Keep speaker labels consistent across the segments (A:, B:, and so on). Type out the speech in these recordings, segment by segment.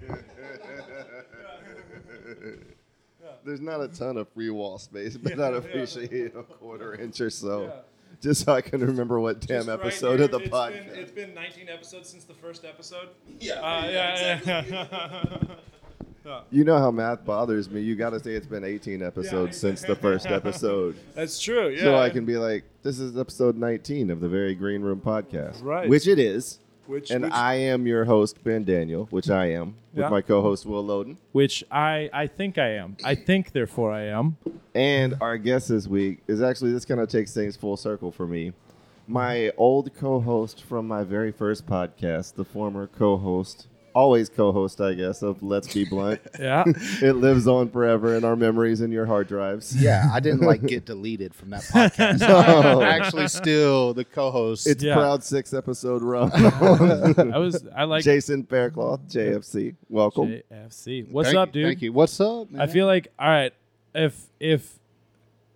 A: things of need. Uh,
B: There's not a ton of free wall space, but
A: Yeah,
B: I'd
A: yeah.
B: appreciate a quarter inch or so.
A: Yeah.
B: Just so I can remember what damn
A: just right
B: episode
A: here,
B: of the
A: it's
B: podcast.
A: Been, it's been 19 episodes since the first episode.
C: Yeah.
A: Uh,
C: yeah,
A: yeah,
C: exactly.
A: yeah, Yeah.
B: you know how math bothers me. You got to say it's been 18 episodes since the first episode.
A: That's true. Yeah.
B: So I can be like, this is episode 19 of the Very Green Room podcast.
A: Right.
B: Which it is.
A: Which,
B: And
A: which,
B: I am your host, Ben Daniel, which I am, with
A: Yeah.
B: my co host, Will Loden.
A: which I I think I am. I think therefore I am.
B: And our guest this week is actually, this kind of takes things full circle for me. My old co host from my very first podcast, the former co host, always co host, I guess, of Let's Be Blunt.
A: Yeah.
B: it lives on forever in our memories and your hard drives.
C: Yeah, I didn't like get deleted from that podcast.
B: No.
C: I'm actually still the co-host.
B: It's
A: Yeah.
B: proud six episode run.
A: I was I like
B: Jason Faircloth, JFC. Welcome.
A: JFC. What's
C: Thank
A: up,
C: you,
A: dude?
C: Thank you. What's up? Man?
A: I feel like all right. If if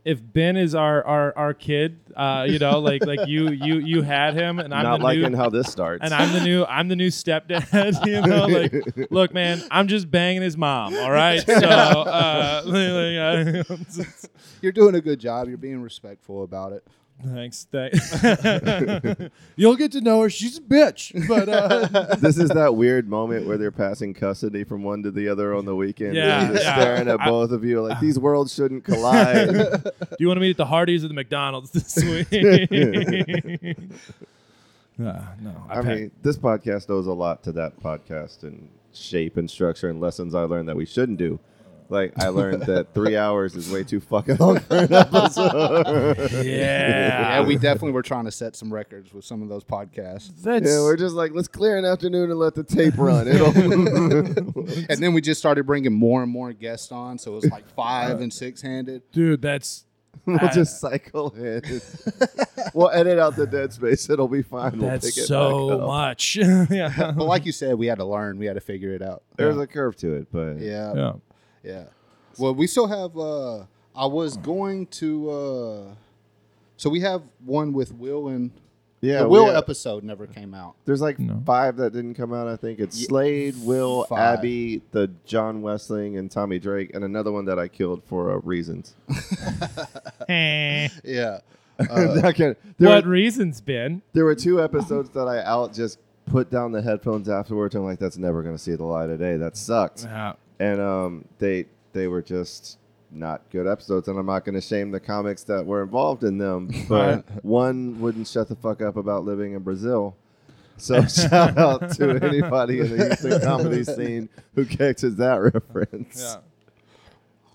A: if Ben is our our, our kid, uh, you know, like like you you you had him, and I'm
B: Not
A: the
B: liking
A: new,
B: how this starts.
A: and I'm the new I'm the new stepdad. You know, like look, man, I'm just banging his mom. All right, so uh, like, like, I-
C: you're doing a good job. You're being respectful about it.
A: thanks. thanks. You'll get to know her. She's a bitch, but uh,
B: this is that weird moment where they're passing custody from one to the other on the weekend.
A: Yeah,
B: They're just
A: yeah.
B: staring at
A: I-
B: both of you like these worlds shouldn't collide.
A: do you want to meet at the Hardee's or the McDonald's this week? Uh, no, I,
B: I mean, this podcast owes a lot to that podcast and shape and structure and lessons I learned that we shouldn't do. Like I learned that three hours is way too fucking long for an episode.
A: yeah,
C: yeah, we definitely were trying to set some records with some of those podcasts,
A: That's
B: yeah, we're just like, let's clear an afternoon and let the tape run. It'll
C: and then we just started bringing more and more guests on. So it was like five and six handed.
A: dude. That's
B: We'll just cycle in. we'll edit out the dead space. It'll be fine. We'll
A: that's
B: pick it
A: so
B: back up.
A: much. yeah.
C: But like you said, we had to learn. We had to figure it out.
B: There's a curve to it, but
C: Yeah, yeah.
A: yeah,
C: Well, we still have. uh I was going to. uh So we have one with Will and.
B: yeah,
C: the
B: we
C: Will
B: have-
C: episode never came out.
B: There's like
A: No.
B: five that didn't come out. I think it's Slade, Will,
C: five.
B: Abby, the John Westling, and Tommy Drake, and another one that I killed for uh, reasons.
C: Yeah.
B: I can't- there,
A: what
B: were,
A: reasons, Ben?
B: there were two episodes that I out just put down the headphones afterwards. I'm like, that's never gonna see the light of day. That sucks. and um, they they were just not good episodes. And I'm not going to shame the comics that were involved in them, but one wouldn't shut the fuck up about living in Brazil. So shout out to anybody in the Houston comedy scene who catches that reference.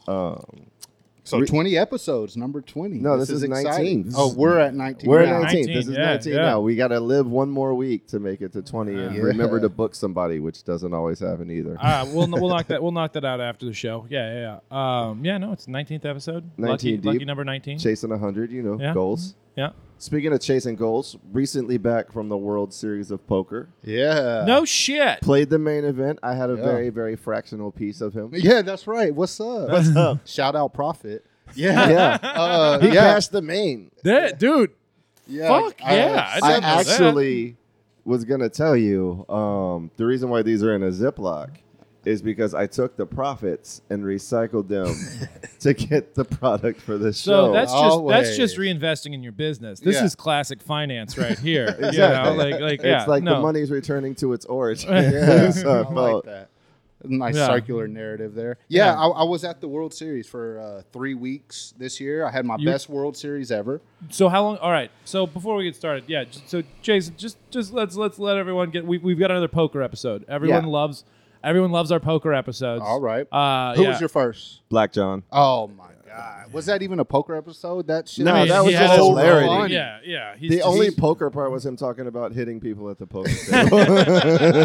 C: So 20 episodes, number 20.
B: No, this is 19.
C: exciting. Oh, we're at 19.
B: We're
C: now.
B: at 19.
A: 19,
B: This is
A: yeah,
B: 19
A: yeah.
B: now. We got to live one more week to make it to 20 and
C: Yeah.
B: remember to book somebody, which doesn't always happen either.
A: All right, we'll we'll knock that we'll knock that out after the show. Yeah, yeah, yeah. Um, yeah, no, it's nineteenth episode.
B: 19
A: Lucky,
B: deep.
A: lucky number nineteen.
B: Chasing 100, you know,
A: Yeah.
B: goals.
C: Mm-hmm.
A: Yeah.
B: Speaking of chasing goals, recently back from the World Series of Poker.
C: Yeah.
A: No shit.
B: played the main event. I had a
C: Yeah.
B: very, very fractional piece of him.
C: Yeah, that's right. What's up? What's up? Shout out Profit. Yeah.
B: yeah.
C: Uh,
B: He
C: yeah.
B: cashed the main.
A: That, dude.
C: yeah.
A: Fuck
C: I-
A: yeah. I
B: I
A: didn't know that.
B: actually was going to tell you um, the reason why these are in a Ziploc is because I took the profits and recycled them to get the product for the show.
A: So that's just that's
C: always.
A: just reinvesting in your business. This
C: Yeah.
A: is classic finance right here. exactly.
B: Exactly.
A: like like
B: it's
A: yeah.
B: like
A: no.
B: the money's returning to its origin.
C: Yeah.
B: So I
C: I like
B: felt-
C: that. Nice
A: Yeah.
C: circular narrative there. Yeah,
A: Yeah.
C: I, I was at the World Series for uh, three weeks this year. I had my
A: You-
C: best World Series ever.
A: So how long? All right. So before we get started, yeah. j- So Jason, just just let's let's let everyone get. We, we've got another poker episode. Everyone
B: Yeah.
A: loves everyone loves our poker episodes.
C: All right.
A: Uh,
C: Who
A: yeah.
C: was your first?
B: Black John.
C: Oh my god! Was that even a poker episode? That shit.
B: No,
A: I mean,
B: that
A: he
B: was
A: had
B: just
A: a-
B: hilarity.
A: Yeah, yeah. He's
B: The
A: just-
B: only
A: he's-
B: poker part was him talking about hitting people at the poker table.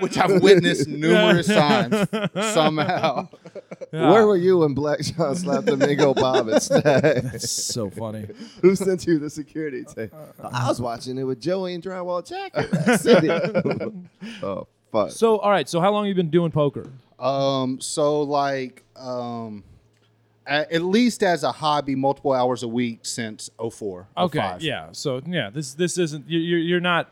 C: which I've witnessed numerous times somehow.
A: yeah.
B: Where were you when Black John slapped Domingo Bob instead?
A: That's so funny.
B: Who sent you the security tape? I was watching it with Joey and Drywall Jack. in that city. oh, fuck.
A: So all right. So how long you been doing poker?
C: Um, so like, um, a- at least as a hobby, multiple hours a week since 04.
A: Okay.
C: 05.
A: Yeah. So yeah, this this isn't. You're you're, you're not.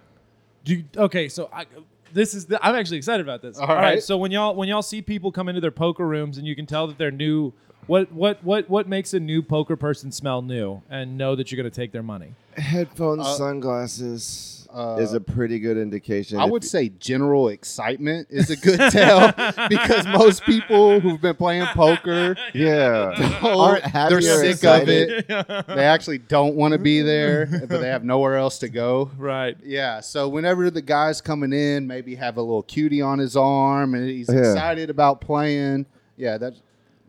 A: Do you, okay. So I this is the, I'm actually excited about this.
C: All
A: All right.
C: right.
A: So when y'all when y'all see people come into their poker rooms and you can tell that they're new, what what what what makes a new poker person smell new and know that you're going to take their money?
B: Headphones,
C: Uh,
B: sunglasses
C: uh,
B: is a pretty good indication.
C: I
B: If
C: would
B: you-
C: say general excitement is a good tell because most people who've been playing poker
B: yeah.
C: aren't
B: happy or
C: They're sick
B: excited.
C: of it. They actually don't want to be there, but they have nowhere else to go.
A: right.
C: Yeah, so whenever the guy's coming in, maybe have a little cutie on his arm, and he's
B: Yeah.
C: excited about playing. Yeah, that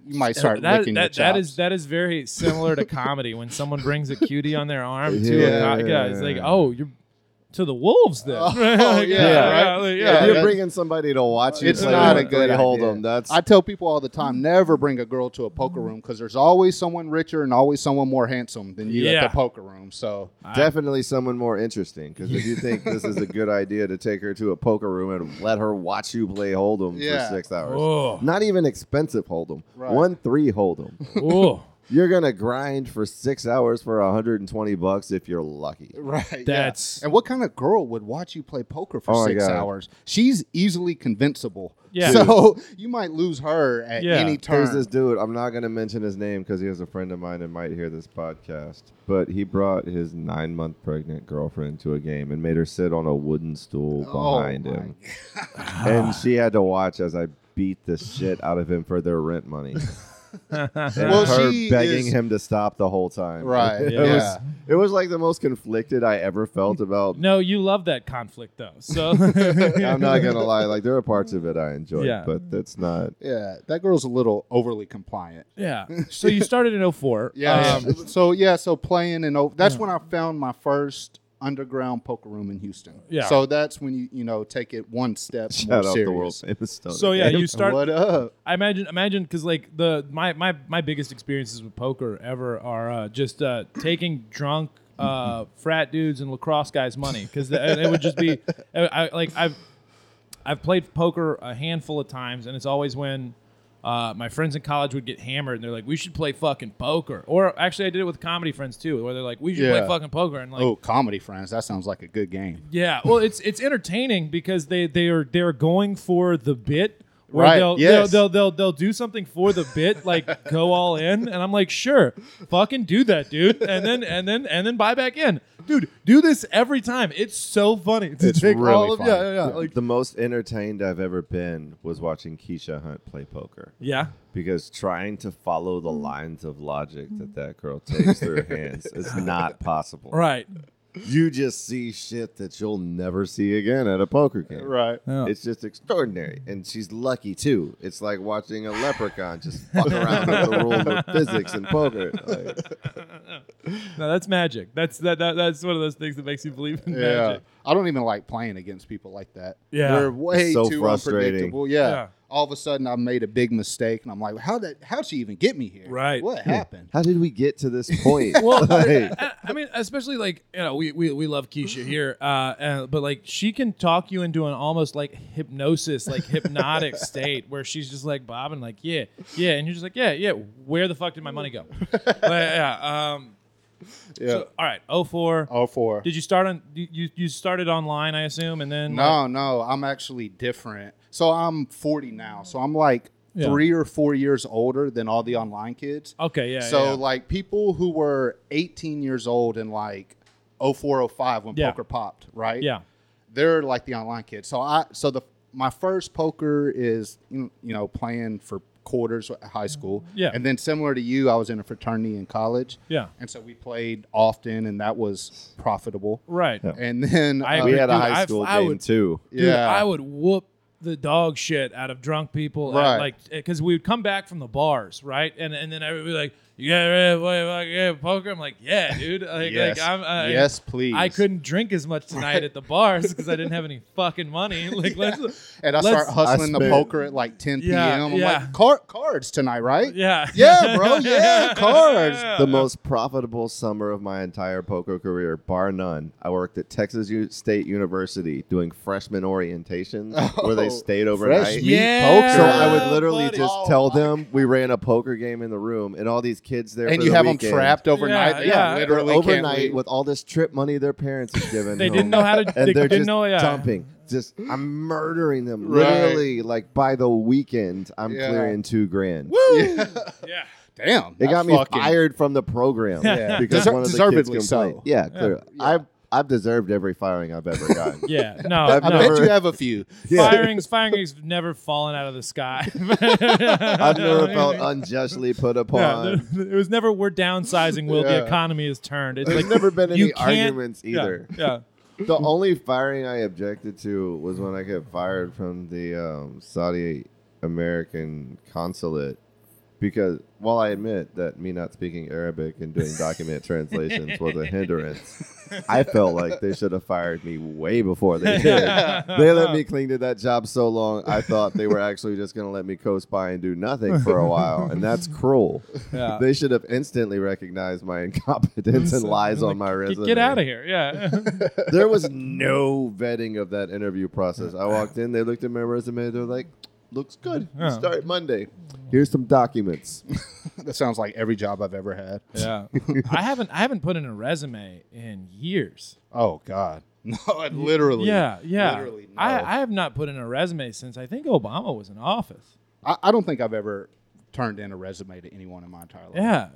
C: you might start
A: that,
C: licking
A: that,
C: your chops.
A: that is that is very similar to comedy when someone brings a cutie on their arm to a
B: Yeah.
A: co- yeah, it's like oh you're to the wolves then Like,
C: Oh, yeah,
A: yeah,
C: right?
A: like,
C: Yeah,
A: yeah.
B: if you're
C: that-
B: bringing somebody to watch you
C: It's
B: play
C: not a
B: one,
C: good
B: three, hold
C: idea.
B: them. That's
C: I tell people all the time, never bring a girl to a poker room because there's always someone richer and always someone more handsome than you
A: Yeah.
C: at the poker room. So
B: definitely someone more interesting. Because if you think this is a good idea to take her to a poker room and let her watch you play hold'em
C: Yeah.
B: for six hours,
A: oh,
B: not even expensive hold'em,
C: Right.
B: one three hold'em.
A: oh,
B: You're gonna grind for six hours for 120 bucks if you're lucky.
C: right, yeah.
A: That's-
C: and what kind of girl would watch you play poker for
B: Oh, my
C: six
B: God.
C: hours? She's easily convincible.
A: Yeah.
C: So you might lose her at
A: Yeah.
C: any
B: There's
C: turn.
B: this dude. I'm not gonna mention his name because he was a friend of mine and might hear this podcast. But he brought his nine month pregnant girlfriend to a game and made her sit on a wooden stool
C: Oh,
B: behind
C: my
B: him, and she had to watch as I beat the shit out of him for their rent money. And
C: Well,
B: her
C: she
B: begging
C: is-
B: him to stop the whole time.
C: Right,
B: it
A: yeah.
B: was it was like the most conflicted I ever felt about.
A: no you love that conflict though so
B: I'm not gonna lie. Like there are parts of it I enjoyed,
A: Yeah.
B: but that's not.
C: Yeah, that girl's a little overly compliant.
A: yeah so you started in 04
C: Yeah.
A: um,
C: so yeah, so playing in O- that's when I found my first underground poker room in Houston.
A: Yeah.
C: So that's when you you know take it one step more
B: Shout out
C: serious.
B: the world famous stoner.
A: so yeah
B: game.
A: you start
C: What up?
A: I imagine, imagine, because like the my my my biggest experiences with poker ever are uh, just uh, taking drunk uh, frat dudes and lacrosse guys' money because it would just be I, I, like I've I've played poker a handful of times and it's always when uh, my friends in college would get hammered and they're like we should play fucking poker or actually I did it with comedy friends too where they're like we should play
C: Yeah.
A: fucking poker and like
C: Oh, comedy friends. That sounds like a good game.
A: yeah, well, it's it's entertaining because they they are they're going for the bit. Where
C: Right,
A: They'll,
C: yes.
A: they'll, they'll they'll they'll do something for the bit, like go all in, and I'm like, sure, fucking do that, dude, and then and then and then buy back in, dude. Do this every time. It's so funny to
C: It's
A: take
C: really
A: all of
C: fun.
A: yeah yeah yeah, like,
B: the most entertained I've ever been was watching Keisha Hunt play poker
A: yeah.
B: because trying to follow the lines of logic that that girl takes through her hands is not possible.
A: Right.
B: You just see shit that you'll never see again at a poker game.
C: Right.
A: Yeah.
B: It's just extraordinary, and she's lucky too. It's like watching a leprechaun just fuck around with the rules of physics in poker. Like,
A: No, that's magic. That's that, that that's one of those things that makes you believe in
C: Yeah.
A: magic.
C: I don't even like playing against people like that.
A: Yeah.
C: They're way
B: It's so
C: too
B: frustrating.
C: unpredictable. Yeah.
A: Yeah.
C: All of a sudden I made a big mistake and I'm like, how that how'd she even get me here?
A: Right.
C: What happened?
B: how did we get to this point?
A: Well,
B: Like-
A: I, I mean, especially like you know, we we, we love Keisha here, uh, uh, but like she can talk you into an almost like hypnosis, like hypnotic state where she's just like bobbing, like yeah, yeah, and you're just like yeah, yeah. Where the fuck did my money go? But, yeah. Um,
C: Yeah.
A: so, all right. Oh four.
C: All four.
A: Did you start on? You you- you started online, I assume, and then like-
C: No, no, I'm actually different. So I'm 40 now. So I'm like
A: Yeah.
C: three or four years older than all the online kids.
A: okay. Yeah.
C: so
A: yeah, yeah.
C: like people who were 18 years old in like 0405 when
A: Yeah.
C: poker popped, right?
A: Yeah.
C: They're like the online kids. So I so the my first poker is you you know playing for quarters at high school.
A: Yeah.
C: And then similar to you, I was in a fraternity in college.
A: Yeah.
C: And so we played often and that was profitable.
A: Right.
C: And then
A: I
C: uh,
B: we had a
A: Dude,
B: high
A: I've-
B: school
A: I
B: game
A: would-
B: too.
A: Dude,
C: yeah.
A: I would whoop the dog shit out of drunk people, at,
C: Right.
A: like because we would come back from the bars, right, and and then I would be like, "You got ready to play fucking game of poker?" I'm like, "Yeah, dude." Like,
C: yes.
A: like I'm, I,
C: yes, please.
A: I couldn't drink as much tonight at the bars because I didn't have any fucking money. Like, let's,
C: and I
A: let's-
C: start hustling
B: I
C: the
B: spent-
C: poker at like 10
A: Yeah,
C: p.m. I'm
A: yeah.
C: like, Car- cards tonight, right?
A: yeah,
C: Yeah, bro. Yeah, cards.
B: the most profitable summer of my entire poker career, bar none. I worked at Texas U- State University doing freshman orientation, where they
C: Oh,
B: stayed
C: fresh
B: overnight.
C: meat
A: Yeah,
C: poker.
B: So I would literally
A: buddy.
B: just
C: Oh
B: tell
C: my
B: them we ran a poker game in the room, and all these kids there.
C: And
B: for
C: you
B: the
C: have
B: weekend,
C: them trapped overnight.
A: Yeah,
C: They
A: yeah.
B: They're
C: literally can't
B: overnight
C: leave.
B: with all this trip money their parents have given.
A: They
B: them,
A: didn't know how to-
B: and
A: they
B: are
A: didn't
B: just
A: know- yeah.
B: dumping, just I'm murdering them
C: Right.
B: literally. Like by the weekend, I'm
C: Yeah.
B: clearing two grand.
C: Yeah.
A: Yeah.
C: Damn.
B: It got
C: that's
B: me
C: fucking-
B: fired from the program
A: Yeah.
B: because
C: Deser-
B: one of the kids
C: deservedly
B: complained.
C: so.
B: Yeah, clear. I've I've deserved every firing I've ever gotten.
A: Yeah. No.
B: I've
A: no.
C: I bet
B: never-
C: you have a few.
A: Firings, firings never fallen out of the sky.
B: I've never felt unjustly put
A: Yeah,
B: upon.
A: there- it was never we're downsizing. Will
C: Yeah.
A: the economy is turned? It's
B: There's
A: like
B: never been
A: you
B: any
A: can't-
B: arguments
A: yeah,
B: either.
A: Yeah,
B: The only firing I objected to was when I got fired from the um, Saudi American consulate because, while I admit that me not speaking Arabic and doing document translations was a hindrance, I felt like they should have fired me way before they did. They let me cling to that job so long, I thought they were actually just going to let me coast by and do nothing for a while, and that's cruel.
A: Yeah.
B: They should have instantly recognized my incompetence and lies on my
A: Get-
B: resume
A: Get out of here. Yeah.
B: there was no vetting of that interview process. I walked in, they looked at my resume, they're like, looks good. You
A: Yeah.
B: Start Monday. Here's some documents.
C: That sounds like every job I've ever had.
A: yeah. I haven't I haven't put in a resume in years.
C: Oh God. No, it literally.
A: Yeah, yeah.
C: Literally, no.
A: I, I have not put in a resume since I think Obama was in office.
C: I, I don't think I've ever turned in a resume to anyone in my entire life.
A: Yeah.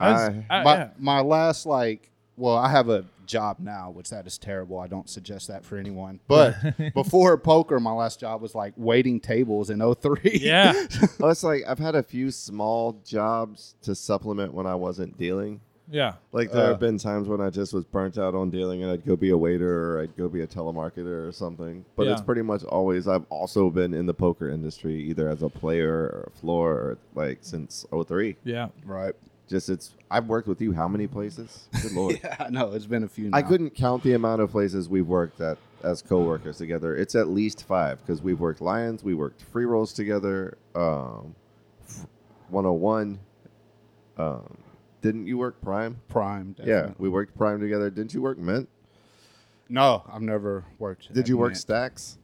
A: I was- I-
C: my,
A: yeah.
C: my last like well i have a job now which that is terrible i don't suggest that for anyone but before poker my last job was like waiting tables in 03
A: Yeah.
B: I was like, I've had a few small jobs to supplement when I wasn't dealing.
A: Yeah.
B: Like there
C: Uh.
B: have been times when I just was burnt out on dealing and I'd go be a waiter or I'd go be a telemarketer or something. But it's
A: Yeah.
B: pretty much always I've also been in the poker industry either as a player or a floor or like since 03.
A: Yeah.
C: right
B: Just it's I've worked with you how many places? Good lord.
C: yeah i know it's been a few
B: I
C: now.
B: couldn't count the amount of places we've worked at as co-workers together. It's at least five because we've worked Lions, we worked Free Rolls together, um, 101. Um, didn't you work Prime?
C: prime
B: Yeah,
C: definitely.
B: we worked Prime together. Didn't you work Mint?
C: no i've never worked
B: Did
C: at
B: you work
C: Mint.
B: Stacks?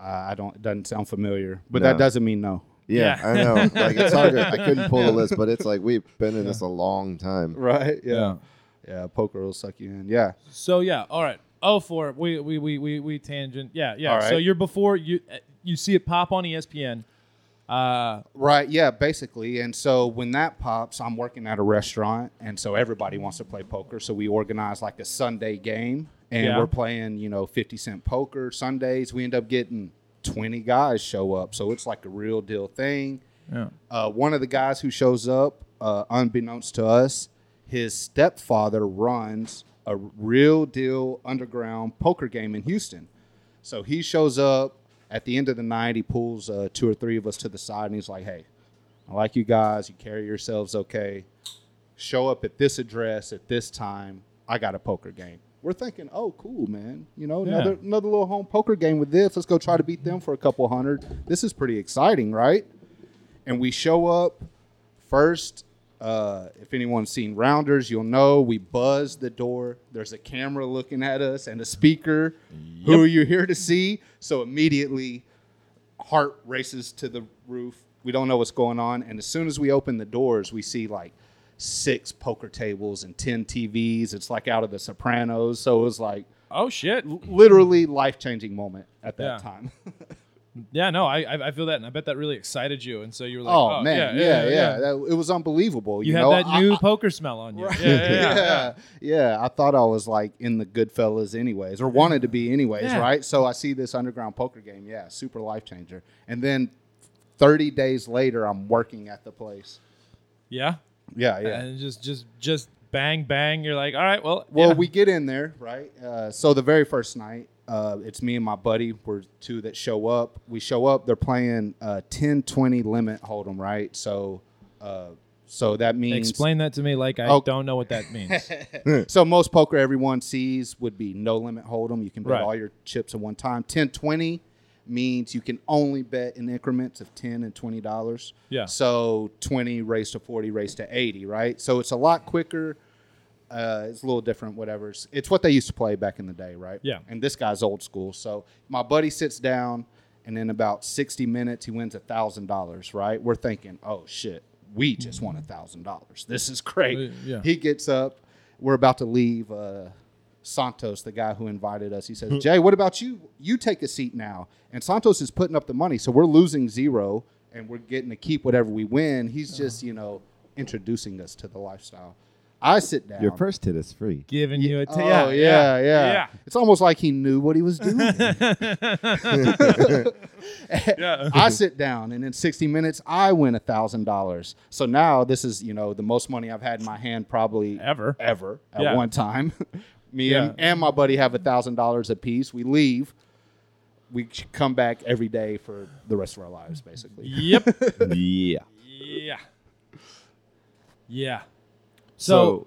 C: uh, i don't it doesn't sound familiar but
B: No.
C: that doesn't mean no
B: Yeah,
A: Yeah.
B: I know. Like it's hard. to- I couldn't pull the list, but it's like we've been in this a long time.
C: right
A: Yeah.
C: yeah, poker will suck you in yeah
A: So yeah, all right. Oh four. We we we we, we tangent. Yeah, yeah.
C: All right.
A: So you're before you you see it pop on E ESPN. Uh
C: Right, yeah, basically. And so when that pops, I'm working at a restaurant, and so everybody wants to play poker. So we organize like a Sunday game, and
A: Yeah.
C: we're playing, you know, 50 cent poker Sundays. We end up getting 20 guys show up. So it's like a real deal thing.
A: yeah.
C: Uh, one of the guys who shows up, uh, unbeknownst to us, his stepfather runs a real deal underground poker game in Houston. So he shows up at the end of the night. He pulls uh, two or three of us to the side and he's like, "Hey, I like you guys. You carry yourselves okay. Show up at this address at this time. I got a poker game." We're thinking, "Oh, cool, man. You know,
A: Yeah.
C: another another little home poker game with this. Let's go try to beat them for a couple hundred. This is pretty exciting, right?" and we show up first. Uh, if anyone's seen Rounders, you'll know we buzz the door. There's a camera looking at us and a speaker. Who are you here to see? So immediately, heart races to the roof. We don't know what's going on. And as soon as we open the doors, we see like six poker tables and 10 TVs. It's like out of the Sopranos. So it was like
A: Oh shit.
C: literally life changing moment at that
A: Yeah.
C: time.
A: Yeah, no, I I I feel that and I bet that really excited you and so you were like,
C: oh, man. Yeah, yeah. That- it was unbelievable.
A: You,
C: You,
A: had
C: know,
A: that
C: I-
A: new poker smell on you. Yeah, yeah, yeah.
C: yeah, yeah. I thought I was like in the Goodfellas, anyways, or wanted to be, anyways,
A: Yeah.
C: right? So I see this underground poker game. Yeah, super life changer. And then 30 days later, I'm working at the place.
A: Yeah?
C: Yeah, yeah.
A: And just just just bang bang, you're like, all right, well
C: well,
A: yeah.
C: we get in there, right? Uh, so the very first night, uh, it's me and my buddy. We're two that show up. We show up. They're playing uh, 10 20 limit hold'em, right? So, uh, so that means
A: explain that to me like I
C: Oh.
A: don't know what that means.
C: So most poker everyone sees would be no limit hold'em. You can bet
A: Right.
C: all your chips at one time. 10 20 means you can only bet in increments of 10 and 20 dollars.
A: Yeah.
C: So 20 raised to 40 raised to 80, right? So it's a lot quicker. Uh, it's a little different, whatever. It's- It's what they used to play back in the day, right?
A: Yeah.
C: And this guy's old school. So my buddy sits down, and in about 60 minutes, he wins a $1,000, right? We're thinking, oh, shit, we just won a $1,000. This is great.
A: Uh, yeah.
C: He gets up. We're about to leave. Uh, Santos, the guy who invited us, he says, Jay, what about you? You take a seat now. And Santos is putting up the money. So we're losing zero and we're getting to keep whatever we win. He's just, you know, introducing us to the lifestyle. I sit down.
B: Your first hit is free.
A: Giving you a t-
C: oh,
A: yeah,
C: yeah, yeah,
A: yeah.
C: It's almost like he knew what he was doing.
A: Yeah.
C: I sit down, and in 60 minutes, I win thousand dollars. So now this is, you know, the most money I've had in my hand probably
A: Ever.
C: ever at
A: Yeah.
C: one time. Me and,
A: Yeah.
C: and my buddy have thousand dollars apiece. We leave. We ch- come back every day for the rest of our lives, basically.
A: Yep.
B: yeah.
A: yeah. Yeah.
B: So-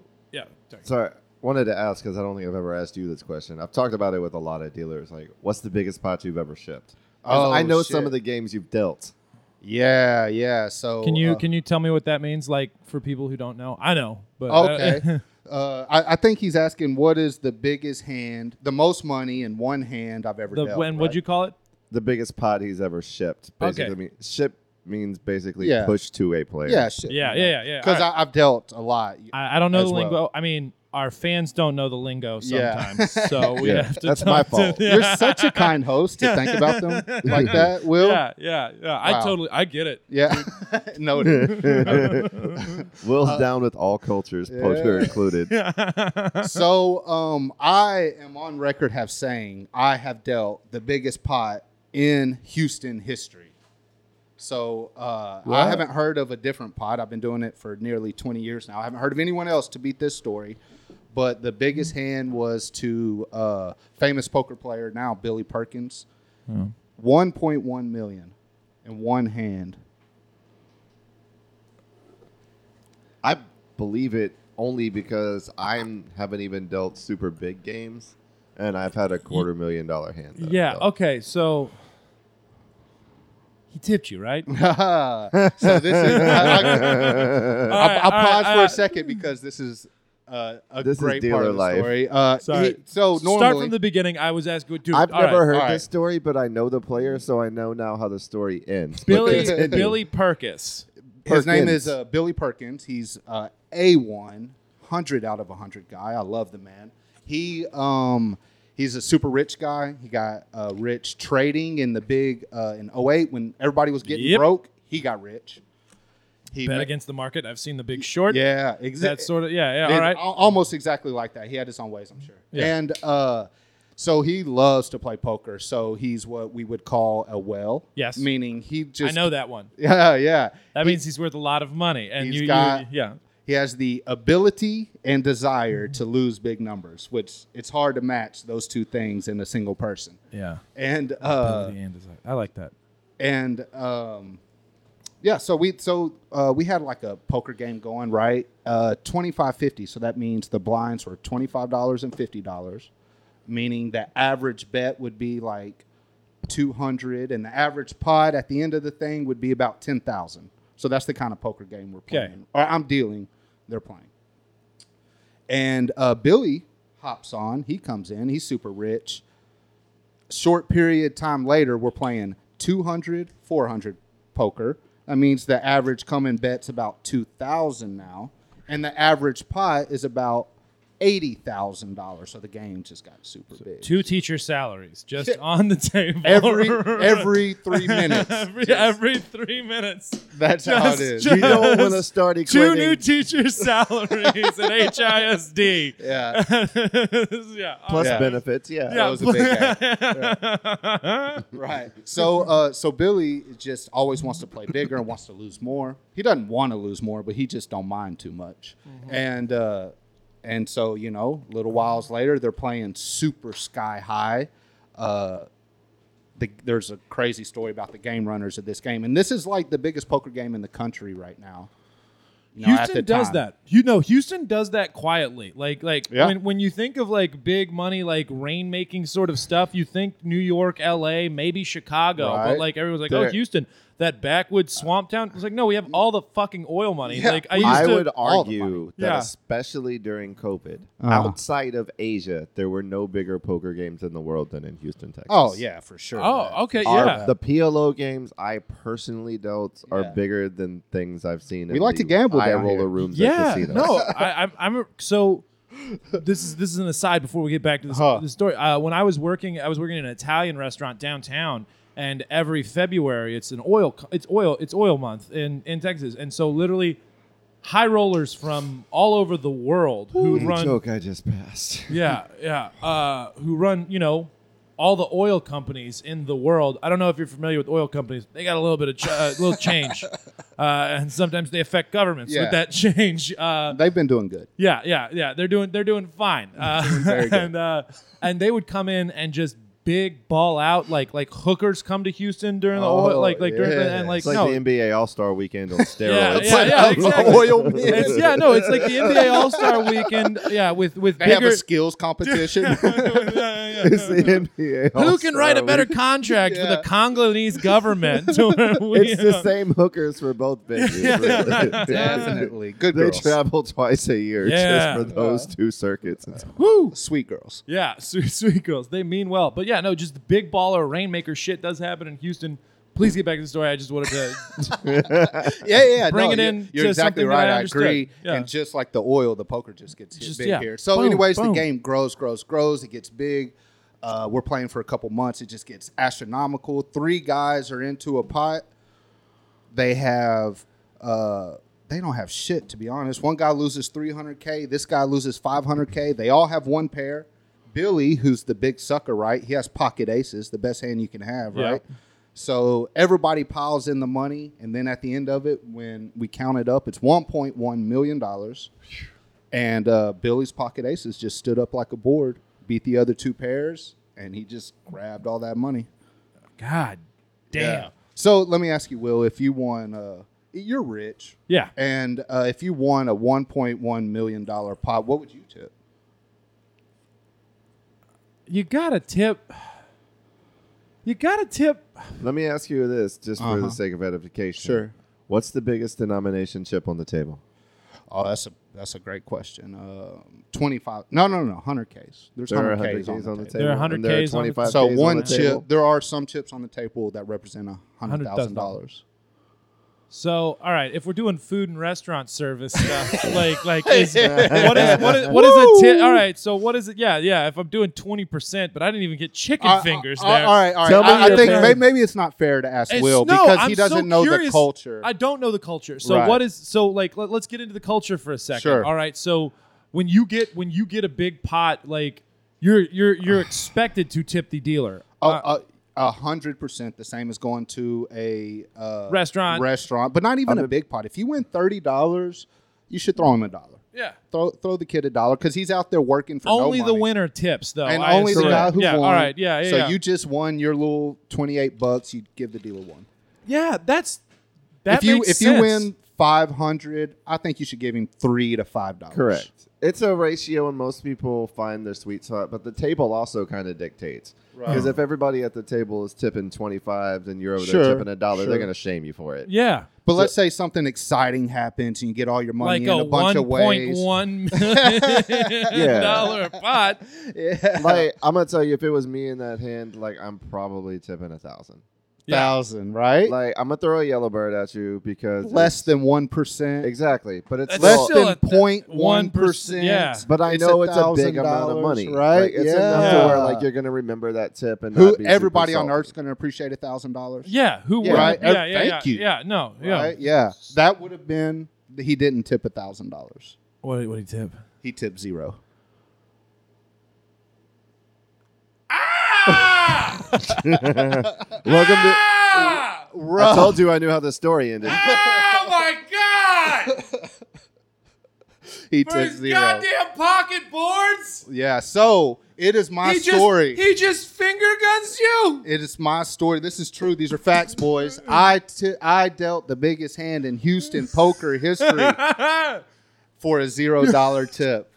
A: So, yeah. Sorry.
B: Sorry, wanted to ask because I don't think I've ever asked you this question. I've talked about it with a lot of dealers. Like, what's the biggest pot you've ever shipped? 'Cause
C: Oh,
B: I know some
C: shit.
B: of the games you've dealt.
C: Yeah, yeah. So
A: Can you
C: uh,
A: can you tell me what that means? Like for people who don't know, I know, but
C: Okay. uh, I, I think he's asking what is the biggest hand, the most money in one hand I've ever
A: the,
C: dealt.
A: when
C: right?
A: what'd you call it?
B: The biggest pot he's ever shipped. Basically,
A: Okay.
B: I mean, ship means basically
C: Yeah.
B: push to a player.
C: Yeah, shit.
A: Yeah, yeah, yeah, yeah.
C: Because
A: All right.
C: I've dealt a lot.
A: I, I don't know
C: as
A: the lingo.
C: well.
A: I mean, our fans don't know the lingo
C: Yeah.
A: sometimes, so we
B: Yeah,
A: have to.
B: that's
A: talk
B: my
A: to-
B: fault.
A: yeah.
C: You're such a kind host to think about them like that, Will.
A: yeah, yeah, yeah. I
C: Wow.
A: totally, I get it.
C: Yeah. Noted.
B: Will's
A: Uh,
B: down with all cultures, poker included.
C: so um, I am on record have saying I have dealt the biggest pot in Houston history. So uh,
A: Wow.
C: I haven't heard of a different pot. I've been doing it for nearly 20 years now. I haven't heard of anyone else to beat this story. But the biggest hand was to uh, famous poker player now Billy Perkins, 1.1 million in one hand.
B: I believe it only because I haven't even dealt super big games, and I've had a quarter million dollar hand. that I've
A: Yeah.
B: dealt.
A: Okay. So he tipped you, right?
C: so this is. I, I- I- I
A: right, all right, uh,
C: paused
A: all
C: for a
A: right.
C: second because this is uh, a
B: This is
C: great
B: dealer
C: part of the
B: life.
C: story. Uh,
A: Sorry.
C: he- so normally,
A: Start from the beginning. I was asked, dude.
B: I've
A: all
B: never
A: right.
B: heard
C: all right.
B: this story, but I know the player, so I know now how the story ends. But
A: Billy
B: continue.
A: Billy Perkis.
C: his name
B: Perkins.
C: is uh, Billy Perkins. He's uh, a one hundred out of hundred guy. I love the man. He um he's a super rich guy. He got uh, rich trading in the big uh, in 08 when everybody was getting
A: Yep.
C: broke. He got rich. He
A: Bet
C: ma-
A: against the market. I've seen The Big Short.
C: yeah, exactly.
A: That sort of. Yeah. Yeah. All
C: It-
A: right.
C: al- almost exactly like that. He had his own ways, I'm sure.
A: Yeah.
C: And uh, so he loves to play poker. So he's what we would call a well.
A: Yes.
C: Meaning he
A: I
C: just.
A: know that one.
C: Yeah, yeah.
A: That means he's worth a lot of money. And
C: He's
A: you, you-
C: got-
A: yeah.
C: He has the ability and desire to lose big numbers, which it's hard to match those two things in a single person.
A: Yeah.
C: And uh,
A: I like that.
C: and um, yeah, so we so uh, we had like a poker game going, right? Uh, twenty five fifty. So that means the blinds were twenty five dollars and fifty dollars, meaning the average bet would be like two hundred, and the average pot at the end of the thing would be about ten thousand. So that's the kind of poker game we're playing, or I'm dealing, they're playing. And uh, Billy hops on. He comes in. He's super rich short period time later we're playing 200 400 poker that means the average coming bet's about 2000 now and the average pot is about $80000 so the game just got super big
A: Two teacher salaries just on the table.
C: every every three minutes
A: every,
C: Just-
A: every three minutes.
C: that's how it
A: just-
C: is
B: you don't want to start
A: Two new
B: equating.
A: teacher salaries at HISD.
C: yeah
A: yeah.
B: Plus
C: Yeah.
B: benefits, yeah.
A: Yeah.
C: that was a big game right so uh so billy just always wants to play bigger and wants to lose more he doesn't want to lose more but he just don't mind too much and uh and so you know little whiles later they're playing super sky high uh the, there's a crazy story about the game runners of this game and this is like the biggest poker game in the country right now you know, at
A: Houston
C: the
A: does
C: time.
A: that. You know, Houston does that quietly. Like, like
C: Yeah.
A: when, when you think of like big money, like rainmaking sort of stuff, you think New York, L.A., maybe Chicago, but
C: Right.
A: like everyone's like, oh,
B: There-
A: Houston, that backwood swamp town. It's like, no, we have all the fucking oil money.
C: Yeah,
A: like I
C: we-
A: used
B: I
A: to.
B: would
C: all the
B: argue that,
A: Yeah. Uh-huh.
B: especially during COVID, outside of Asia, there were no bigger poker games in the world than in Houston, Texas.
C: oh yeah for sure
A: oh, okay,
B: Our-
A: yeah.
B: the PLO games I personally dealt are
C: Yeah.
B: bigger than things I've seen.
C: We
B: in
C: like
B: the
C: to gamble
B: eye
C: down
B: roller
C: here.
B: rooms
A: yeah,
B: at casinos.
A: no, I, I'm, I'm so this is this is an aside before we get back to this,
C: Huh.
A: this story. Uh, when I was working, I was working in an Italian restaurant downtown, and every February it's an oil co- it's oil it's oil month in in Texas, and so literally high rollers from all over the world who
B: The
A: run
B: joke I just passed.
A: yeah, yeah. Uh, who run, you know, all the oil companies in the world. I don't know if you're familiar with oil companies. They got a little bit of ch- uh, little change, uh, and sometimes they affect governments
C: Yeah.
A: with that change. Uh,
C: They've been doing good.
A: yeah, yeah, yeah. They're doing they're doing fine. Uh,
C: very good.
A: and uh, and they would come in and just big ball out like like hookers come to Houston during the oil like like during the, and like
B: Oh, it's like
A: no
B: the NBA All Star Weekend on steroids.
A: Yeah, yeah,
C: Put
A: exactly.
C: oil
A: It's- yeah no it's like the NBA All Star weekend yeah with with
C: They have
A: bigger
C: a skills competition.
A: Yeah, yeah, yeah.
B: It's the NBA.
A: Who
B: All-Star
A: can write a better
B: Weekend.
A: contract for
C: Yeah.
A: the Congolese government? To where we, uh,
B: It's the same hookers for both venues. really.
C: Definitely. Good
B: They
C: girls.
B: travel twice a year
A: Yeah.
B: just for those two circuits. It's
C: Woo. Sweet girls.
A: yeah, sweet, sweet girls. They mean well. But yeah, no, just the big baller rainmaker shit does happen in Houston. Please get back to the story. I just wanted to.
C: Yeah, yeah. no,
A: Bring it
C: you're-
A: in
C: You're
A: to
C: exactly
A: something that
C: right.
A: I
C: I,
A: understood.
C: agree.
A: Yeah.
C: And just like the oil, the poker just gets hit
A: Just-
C: big
A: yeah.
C: here. So,
A: Boom,
C: anyways,
A: boom.
C: the game grows, grows, grows. It gets big. Uh, we're playing for a couple months. It just gets astronomical. Three guys are into a pot. They have. Uh, they don't have shit to be honest. One guy loses 300k. This guy loses 500k. They all have one pair. Billy, who's the big sucker, right? He has pocket aces, the best hand you can have,
A: Yeah.
C: right? So everybody piles in the money, and then at the end of it, when we count it up, it's 1.1 million dollars. And uh, Billy's pocket aces just stood up like a board, beat the other two pairs, and he just grabbed all that money.
A: God damn.
C: So let me ask you, Will, if you won, uh, you're rich,
A: Yeah.
C: and uh, if you won a 1.1 million dollar pot, what would you tip?
A: You got to tip. You got to tip.
B: Let me ask you this, just for
C: Uh-huh.
B: the sake of edification.
C: Sure.
B: What's the biggest denomination chip on the table?
C: Oh, that's a that's a great question. Um, 25? No, no, no, 100 Ks. There's
B: There are 100
C: 100 Ks on the table.
A: There are 100
B: and there are
A: Ks on the-
B: 25
C: So
B: Ks on
C: one
B: the
C: chip.
B: table.
C: There are some chips on the table that represent a hundred thousand dollars.
A: $100,000. So, all right, if we're doing food and restaurant service stuff, like, like, is, what is, what is, what is a tip? All right, so what is it? Yeah, yeah. If I'm doing twenty percent, but I didn't even get chicken fingers there.
C: Uh, All right, all right.
B: Tell me
C: I, I
B: your
C: think
B: opinion.
C: maybe, maybe it's not fair to ask
A: It's-
C: Will
A: no,
C: because
A: I'm
C: he
A: so
C: doesn't know the
A: curious.
C: culture.
A: I don't know the culture. So
C: Right.
A: what is so like let, us get into the culture for a second.
C: Sure.
A: All right. So when you get when you get a big pot like you're you're you're expected to tip the dealer.
C: A-
A: Uh,
C: a- a hundred percent the same as going to a uh,
A: Restaurant.
C: restaurant, but not even a big pot. If you win thirty dollars, you should throw him a dollar.
A: Yeah.
C: Throw throw the kid a dollar because he's out there working for no
A: Only the
C: money.
A: winner tips though.
C: and
A: I
C: only the
A: assume.
C: guy who
A: yeah,
C: won.
A: All right. Yeah. Yeah.
C: So
A: yeah.
C: you just won your little twenty eight bucks. You give the dealer one.
A: yeah. That's that
C: if you
A: makes
C: if
A: sense.
C: you win five hundred, I think you should give him three to five dollars.
B: Correct. It's a ratio, and most people find their sweet spot, but the table also kind of dictates. Because if everybody at the table is tipping 25s and you're over
C: Sure,
B: there tipping a dollar,
C: sure.
B: they're going to shame you for it.
A: Yeah.
C: But let's say something exciting happens and you get all your money
A: Like
C: in
A: a,
C: a,
A: one
C: bunch of
A: point
C: ways.
A: one million dollar pot.
C: Yeah.
B: Like, I'm going to tell you, if it was me in that hand, like, I'm probably tipping a thousand.
A: Yeah.
C: thousand, right?
B: Like, I'm going to throw a yellow bird at you because.
C: less
B: it's-
C: than one percent.
B: Exactly. But it's
A: That's
B: still-
C: Less
A: still
C: than
A: a th-
C: point one
A: 1%,
C: percent.
A: uh, yeah.
B: But I know it's a big
C: $1,000,
B: amount of money,
C: right?
B: Like, it's
C: yeah.
B: enough to where like you're gonna remember that tip and
C: who
B: not be super
C: everybody on
B: salty.
C: earth's going to appreciate a thousand dollars,
A: Yeah. Who
B: Yeah.
A: won?
B: Right.
A: Yeah. Yeah.
C: Thank
A: yeah,
C: you.
A: Yeah. No. Yeah.
C: right? Yeah, that would have been he didn't tip a thousand dollars.
A: What what do you tip?
C: He tipped zero.
B: Welcome to. I
C: Right.
B: told you I knew how the story ended.
A: Oh Ah! my god!
C: He tipped zero.
A: pocket boards.
C: Yeah. So it is my story.
A: he just finger guns you.
C: It is my story. This is true. These are facts, boys. I t- I dealt the biggest hand in Houston poker history for a zero dollar tip.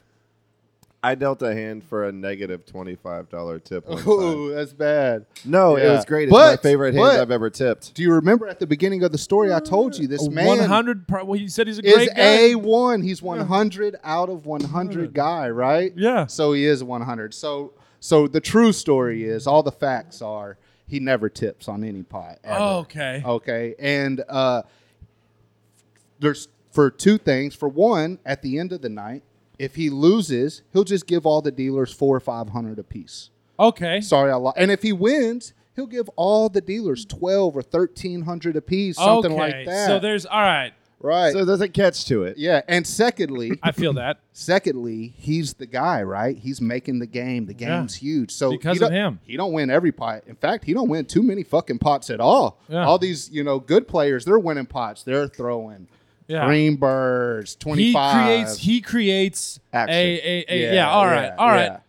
B: I dealt a hand for a negative twenty five dollar tip. One time.
C: Ooh, that's bad.
B: No, it
C: Yeah.
B: was great. It's
C: But-
B: my favorite hand
C: but-
B: I've ever tipped.
C: Do you remember at the beginning of the story I told you this
A: One
C: man
A: hundred. Well, you said he's a
C: is
A: great guy.
C: a one. He's one hundred out of one hundred guy, right?
A: Yeah.
C: So he is one hundred. So so the true story is all the facts are he never tips on any pot. Ever.
A: Oh, okay.
C: Okay. And uh, there's for two things. For one, at the end of the night, If he loses, he'll just give all the dealers four or five hundred apiece.
A: Okay.
C: Sorry, I lied. And if he wins, he'll give all the dealers twelve or thirteen hundred apiece, something
A: okay.
C: like that.
A: So there's all right.
C: right.
B: So there's a catch to it.
C: yeah, and secondly,
A: I feel that
C: secondly, he's the guy, right? He's making the game. The
A: Yeah.
C: game's huge. So
A: Because
C: he don't-
A: of him.
C: he don't win every pot. In fact, he don't win too many fucking pots at all.
A: Yeah.
C: All these, you know, good players, they're winning pots. They're throwing
A: Yeah.
C: Greenbirds, twenty
A: he
C: five.
A: creates. He creates
B: Action.
A: a a, a yeah, All right.
C: yeah,
A: all right.
C: yeah.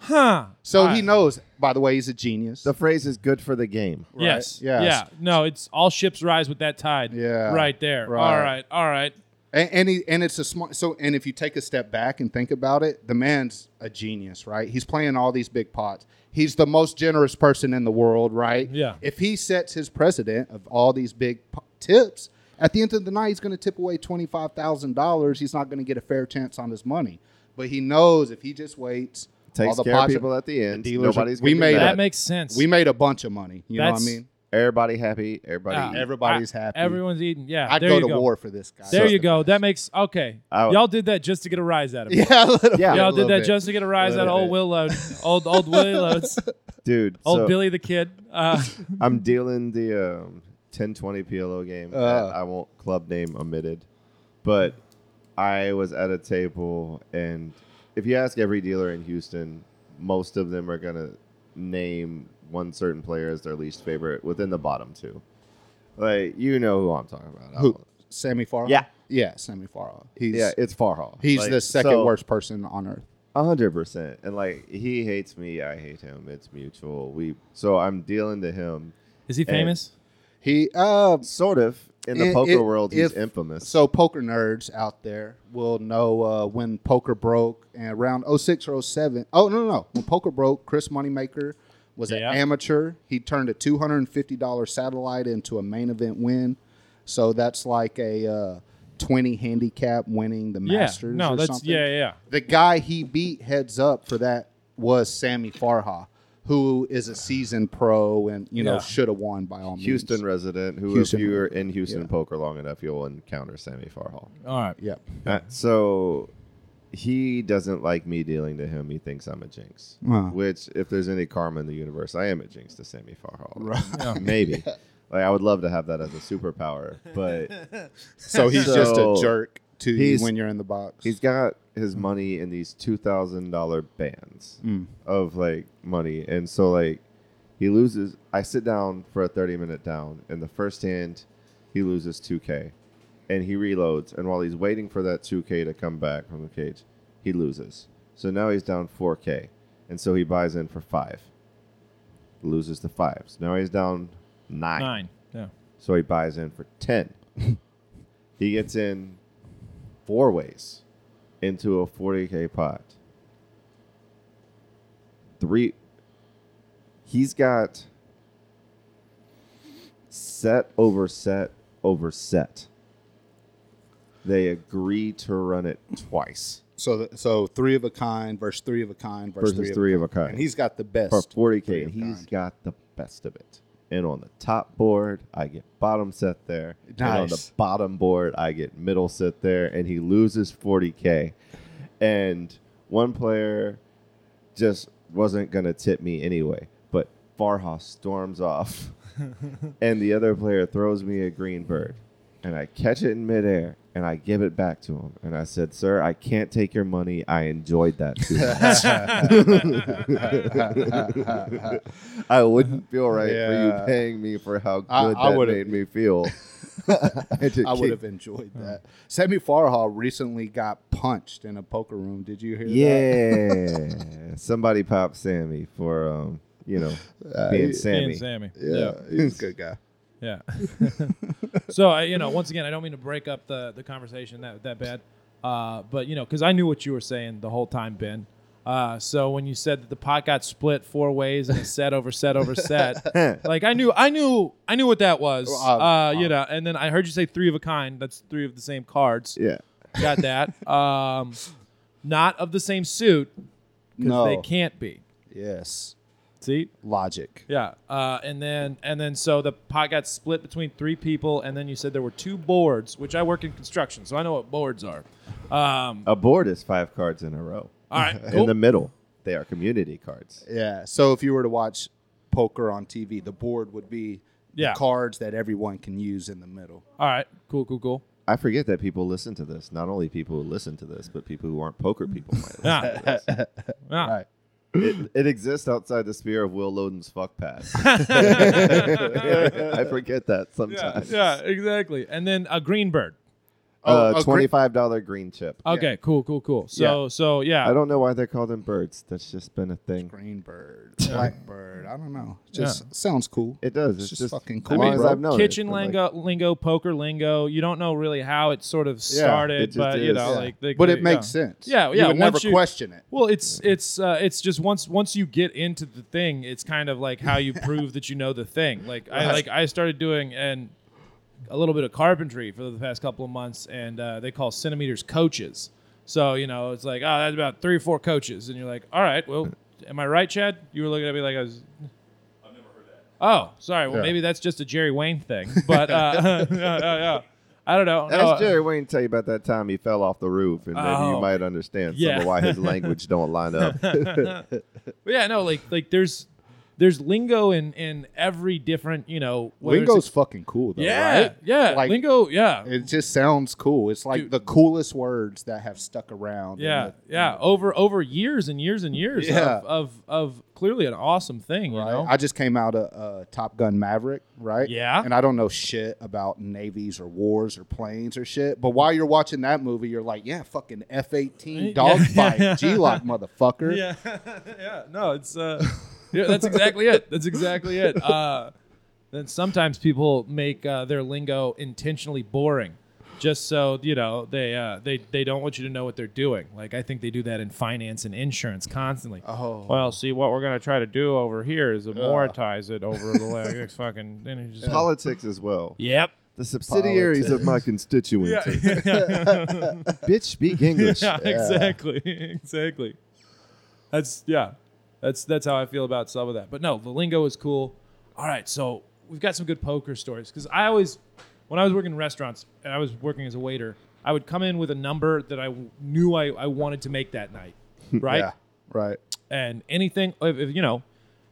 A: Huh.
C: So
A: All
C: he
A: right.
C: knows. By the way, he's a genius.
B: The phrase is good for the game.
A: Yes.
C: Yeah.
A: Yeah. No, it's all ships rise with that tide.
C: Yeah.
A: Right there.
C: Right.
A: All right. All right.
C: and and, he, and it's a smart. So and if you take a step back and think about it, the man's a genius, right? He's playing all these big pots. He's the most generous person in the world, right?
A: Yeah.
C: If he sets his precedent of all these big po- tips, at the end of the night, he's going to tip away twenty five thousand dollars. He's not going to get a fair chance on his money. But he knows if he just waits, all
B: Takes
C: the
B: care of
C: pots
B: people at the end.
C: dealers are-
B: Nobody's
C: we
B: gonna be
C: made
B: mad.
A: That
C: it.
A: makes sense.
C: we made a bunch of money. You know what I
A: That's-
C: mean?
B: Everybody happy. Everybody.
A: Yeah.
B: eat.
C: Everybody's happy.
A: Everyone's eating. Yeah.
C: I'd
A: there
C: go
A: you
C: to
A: go.
C: war for this guy.
A: There you go. That makes okay.
B: I-
A: Y'all did that just to get a rise out of me.
C: Yeah, a little
B: Yeah.
C: bit,
A: Y'all
C: a little
A: did that
C: bit.
A: just to get a rise out of
C: Little
A: old
C: bit.
A: Will Load, old old Willie Loads,
B: dude.
A: old
B: so
A: Billy the Kid. Uh,
B: I'm dealing the um, 1020 PLO game. that
C: Uh.
B: I won't club name omitted, but I was at a table, and if you ask every dealer in Houston, most of them are gonna name one certain player as their least favorite within the bottom two. Like you know who I'm talking about. I
C: Who?
B: don't-
C: Sammy Farah.
B: Yeah.
C: yeah, Sammy Farah. He's
B: Yeah, it's Farhall.
C: he's
B: Like,
C: the second
B: so-
C: worst person on earth.
B: A hundred percent. And like he hates me, I hate him. It's mutual. We so I'm dealing to him.
A: is he famous?
C: He uh,
B: Sort of. In the
C: It-
B: poker
C: it-
B: world, he's
C: if-
B: infamous.
C: so poker nerds out there will know uh, when poker broke and around 06 or 07. Oh no no no, when poker broke, Chris Moneymaker was
A: Yeah.
C: an amateur. He turned a two hundred and fifty dollar satellite into a main event win. So that's like a uh, twenty handicap winning the
A: Yeah.
C: Masters.
A: No,
C: or
A: that's
C: something.
A: yeah, yeah.
C: the guy he beat heads up for that was Sammy Farha, who is a seasoned pro and you know
A: Yeah.
C: should have won by all means.
B: Houston resident who
C: Houston.
B: if you're in Houston
C: Yeah.
B: poker long enough, you'll encounter Sammy Farhall.
A: All right.
C: Yep.
B: Uh, so he doesn't like me dealing to him. He thinks I'm a jinx.
C: Wow.
B: Which, if there's any karma in the universe, I am a jinx to Sammy Farhall.
C: Right.
B: Maybe. Like I would love to have that as a superpower, but
C: So he's
B: So-
C: just a jerk to you
B: He's-
C: when you're in the box.
B: he's got his money in these two thousand dollar bands of like money, and so like he loses. I sit down for a thirty minute down, and the first hand he loses two k, and he reloads, and while he's waiting for that two k to come back from the cage, he loses. So now he's down four k, and so he buys in for five, loses the fives. Now he's down
A: Nine. Yeah.
B: so he buys in for 10. he gets in four ways into a 40K pot. Three. He's got set over set over set. They agree to run it twice
C: so th- so three of a kind versus three of a kind versus,
B: versus
C: three,
B: three of a
C: kind.
B: kind.
C: And he's got the
B: for
C: best.
B: 40K.
C: of
B: And
C: a
B: he's
C: kind.
B: got the best of it. And on the top board, I get bottom set there. And on the
C: Nice.
B: bottom board, I get middle set there. And he loses 40K. And one player just wasn't going to tip me anyway. But Farha storms off. and the other player throws me a green bird. And I catch it in midair. And I give it back to him. And I said, Sir, I can't take your money. I enjoyed that too much. I wouldn't feel right for
C: Yeah.
B: you paying me for how good
C: I- I
B: that
C: would've-
B: made me feel. had to
C: I would
B: kick-
C: have enjoyed that. Sammy Farha recently got punched in a poker room. Did you hear that?
B: Yeah, somebody popped Sammy for um, you know,
C: Uh,
B: being Sammy.
A: Me and Sammy.
C: Yeah. He's a good guy.
A: Yeah. so I, you know, once again, I don't mean to break up the the conversation that that bad, uh, but you know, because I knew what you were saying the whole time, Ben. Uh, so when you said that the pot got split four ways and a set over set over set, like I knew, I knew, I knew what that was.
C: Well,
A: uh,
C: uh,
A: you know, and then I heard you say three of a kind. That's three of the same cards.
B: Yeah,
A: Got that? Um, not of the same suit because
C: No.
A: they can't be.
C: Yes.
A: See,
C: Logic.
A: yeah, uh, and then and then so the pot got split between three people, and then you said there were two boards, which I work in construction, so I know what boards are. Um,
B: A board is five cards in a row.
A: all right,
B: In
A: cool.
B: the middle, they are community cards.
C: Yeah. So if you were to watch poker on TV, the board would be
A: Yeah.
C: the cards that everyone can use in the middle.
A: all right, cool, cool, cool.
B: I forget that people listen to this. Not only people who listen to this, but people who aren't poker people might listen
A: Yeah.
B: to this.
A: Yeah.
C: Right.
B: It, it exists outside the sphere of Will Loden's fuck pad. I forget that
A: Yeah,
B: sometimes.
A: yeah, exactly. And then a green bird.
B: Uh,
C: Oh, a gre-
B: $25 green chip.
A: Okay, cool, cool, cool. So, so yeah,
B: I don't know why they call them birds. That's just been a thing.
C: Green bird, black bird. I don't know. Just sounds cool.
B: It does.
C: It's
B: It's,
C: just
B: just,
C: fucking
B: as
C: cool,
B: long as
C: bro.
B: I've known it,
A: kitchen
B: but, like,
A: lingo, lingo, poker lingo. You don't know really how it sort of started,
B: it just
A: but you
B: is.
A: know,
B: Yeah.
A: like, they,
C: but
A: yeah.
C: it makes sense.
A: Yeah,
C: You
A: yeah,
C: would
A: once
C: never
A: you-
C: question it.
A: Well, it's it's uh, it's just once once you get into the thing, it's kind of like how you prove that you know the thing. Like I like I started doing and a little bit of carpentry for the past couple of months, and uh, they call centimeters coaches. So you know, it's like oh, that's about three or four coaches, and you're like, all right, well, am I right, Chad? You were looking at me like I was. Oh, sorry. Well,
C: Yeah.
A: maybe that's just a Jerry Wayne thing, but uh, yeah, yeah, yeah. I don't know.
B: Ask
A: No, uh,
B: Jerry Wayne tell you about that time he fell off the roof, and maybe
A: Oh.
B: you might understand
A: Yeah.
B: some of why his language don't line up.
A: But yeah, no, like like there's there's lingo in in every different you know whether it's a-
C: Lingo's fucking cool though,
A: yeah
C: right?
A: yeah
C: Like-
A: lingo yeah
C: It just sounds cool. It's like
A: Dude.
C: the coolest words that have stuck around. in
A: yeah
C: the-
A: yeah over over years and years and years
C: Yeah.
A: of, of of clearly an awesome thing you
C: Right?
A: know
C: I just came out of uh, Top Gun Maverick, right?
A: Yeah.
C: And I don't know shit about navies or wars or planes or shit. But while you're watching that movie, you're like, yeah, fucking F 18 dogfight,
A: yeah.
C: G-Lock, motherfucker.
A: yeah yeah no it's uh yeah that's exactly it that's exactly it uh then sometimes people make uh, their lingo intentionally boring just so you know they uh they they don't want you to know what they're doing like i think they do that in finance and insurance constantly
C: Oh.
A: well see what we're gonna try to do over here is amortize it over the next fucking then you just
B: Politics as well.
A: yep
B: The subsidiaries of my constituency. Bitch, speak English.
A: yeah, exactly, exactly. That's yeah, that's that's how I feel about some of that. But no, the lingo is cool. All right, so we've got some good poker stories because I always, when I was working in restaurants and I was working as a waiter, I would come in with a number that I w- knew I, I wanted to make that night, right?
C: Yeah. Right.
A: And anything, if, if you know,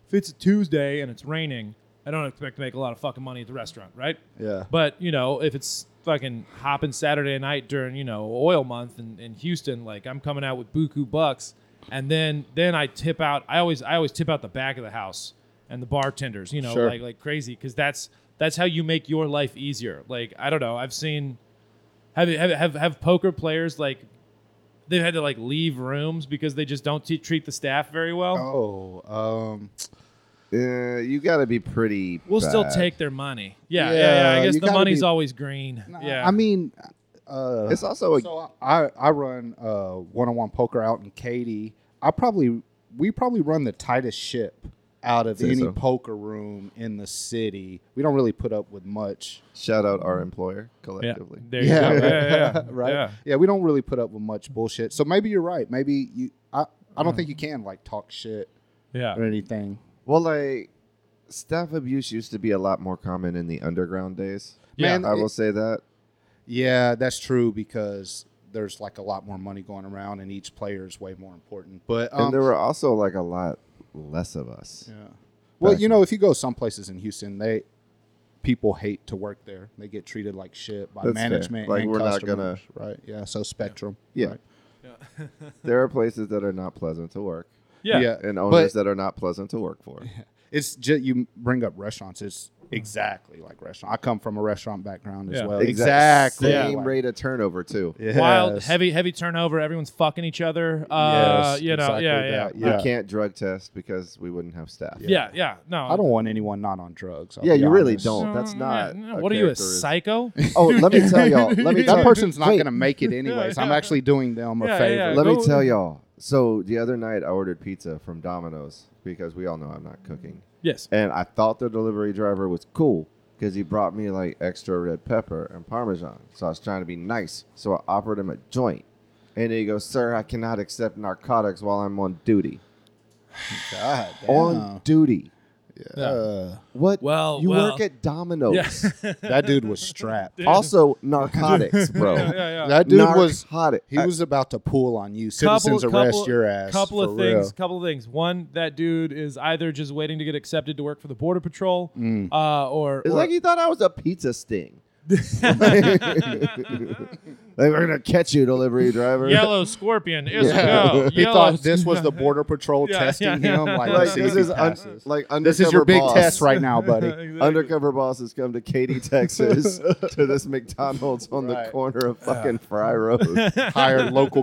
A: if it's a Tuesday and it's raining, I don't expect to make a lot of fucking money at the restaurant, right?
C: Yeah.
A: But you know, if it's fucking hopping Saturday night during you know oil month in, in Houston, like I'm coming out with buku bucks, and then then I tip out. I always I always tip out the back of the house and the bartenders, you know,
C: Sure.
A: like like crazy because that's that's how you make your life easier. Like I don't know, I've seen have have have, have poker players like. They've had to like leave rooms because they just don't t- treat the staff very well.
C: Oh, um,
B: Uh, you got to be pretty.
A: we'll still
B: bad.
A: take their money. Yeah, yeah,
C: Yeah,
A: yeah. I guess
C: you
A: the
C: gotta
A: money's
C: be-
A: always green. yeah,
C: I mean, uh,
B: It's also a.
C: So I I run uh one on one poker out in Katy. I probably we probably run the tightest ship out of
B: Say
C: any
B: so.
C: poker room in the city. We don't really put up with much.
B: shout out our employer
A: yeah.
B: collectively.
A: There you go. Yeah, yeah, yeah.
C: right.
A: Yeah.
C: Yeah. we don't really put up with much bullshit. So maybe you're right. Maybe you I I don't think you can like talk shit
A: Yeah.
C: or anything.
B: Well, like staff abuse used to be a lot more common in the underground days.
A: Yeah.
B: I will say that.
C: Yeah, that's true because there's like a lot more money going around and each player is way more important. But um,
B: and there were also like a lot less of us.
C: Yeah. Well,
B: Back
C: you know, if you go some places in Houston, they people hate to work there. They get treated like shit by
B: That's fair.
C: management.
B: Like,
C: and
B: we're not
C: customers,
B: gonna-
C: right? Yeah. So Spectrum.
B: Yeah.
C: right.
B: there are places that are not pleasant to work
A: Yeah.
C: Yeah.
B: and
C: But-
B: owners that are not pleasant to work for.
C: It's just you bring up restaurants. It's exactly like restaurant. I come from a restaurant background as
A: Yeah.
C: well.
B: Exact-
C: Exactly.
B: Same
C: like-
B: rate of turnover, too.
C: Yes.
A: Wild, heavy, heavy turnover. Everyone's fucking each other. Uh,
C: Yes,
A: you know,
C: exactly
A: yeah, yeah,
C: that.
B: We can't drug test because we wouldn't have staff.
A: yeah, yeah, No,
C: I don't want anyone not on drugs. I'll
B: Yeah,
C: be
B: you really
C: honest.
B: don't. That's not. a
A: what are you, a
B: characteristic.
A: psycho?
B: Oh, let me tell y'all. Let me tell
C: That person's not
B: Wait,
C: going to make it anyways. I'm
A: yeah.
C: actually doing them a
A: Yeah,
C: favor.
A: yeah.
B: Let me
A: Go-
B: tell y'all. So the other night, I ordered pizza from Domino's because we all know I'm not cooking,
A: yes.
B: and I thought the delivery driver was cool because he brought me like extra red pepper and parmesan. So I was trying to be nice. So I offered him a joint, and he goes, "Sir, I cannot accept narcotics while I'm on duty."
C: God,
B: On
C: damn.
B: duty.
C: Uh,
B: What?
A: Well,
B: you
A: well.
B: work at Domino's.
A: Yeah.
C: that dude was strapped.
B: Also, narcotics, bro.
A: yeah, yeah.
C: That dude was
B: narcotic.
C: he was about to pull on you. Citizens arrest your ass.
A: Couple
C: for
A: of
C: real.
A: things. Couple of things. One, that dude is either just waiting to get accepted to work for the border patrol,
C: Mm.
A: uh, or,
B: It's
A: or-
B: like he thought I was a pizza sting. like we're gonna catch you, delivery driver.
A: yellow scorpion is
C: Yeah.
A: a go.
C: He
A: Yellow
C: thought
A: sc-
C: this was the border patrol
A: Yeah,
C: testing
A: yeah, yeah.
C: him. Like,
B: Like
C: let's see
B: this
C: if
B: is
C: he
B: un-
C: passes.
B: like undercover
C: this is your big
B: boss.
C: test right now, buddy.
A: Exactly.
B: Undercover bosses come to Katy, Texas, to this McDonald's on
C: Right.
B: the corner of fucking Fry Road.
C: Hired local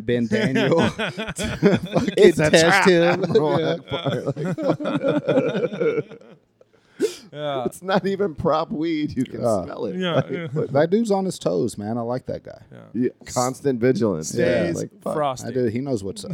C: Ben Daniel.
B: It's
C: a trap.
A: Yeah.
B: It's not even prop weed. You can
C: Uh,
B: smell it.
A: Yeah,
B: Like,
A: yeah.
B: but
C: that dude's on his toes, man. I like that guy.
B: yeah, constant vigilance. Yeah,
A: Stays
B: like, fuck.
C: I
A: frosty.
C: do. He knows what's up.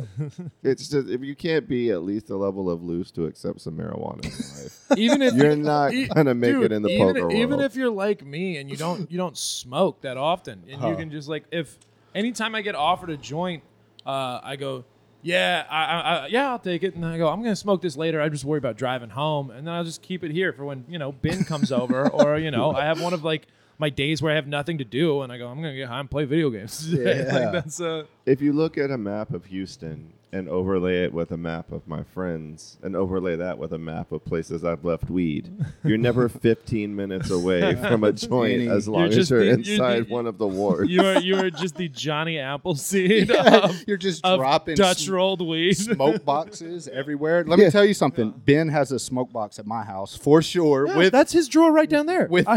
B: It's just if you can't be at least a level of loose to accept some marijuana in life,
A: Even if
B: you're not
A: E-
B: gonna make
A: dude,
B: it in the
A: even,
B: poker world.
A: Even if you're like me and you don't you don't smoke that often, and you can just like if anytime I get offered a joint, uh, I go, yeah, I, I, I, yeah, I'll take it, and then I go, I'm gonna smoke this later. I just worry about driving home, and then I'll just keep it here for when you know Ben comes over, or you know I have one of like my days where I have nothing to do, and I go, I'm gonna get high and play video games. today."
C: Yeah.
A: like that's uh,
B: if you look at a map of Houston and overlay it with a map of my friends and overlay that with a map of places I've left weed, you're never 15 minutes away from a joint
C: Meaning
B: as long
A: just
B: as you're
A: the- you're
B: inside
A: the-
B: one of the wards.
A: you are you are just the Johnny Appleseed of,
C: You're just
A: of
C: dropping
A: Dutch
C: sm-
A: rolled weed.
C: smoke boxes everywhere. Let me
B: Yeah.
C: tell you something. Ben has a smoke box at my house for sure. with
A: that's his drawer right down there.
C: with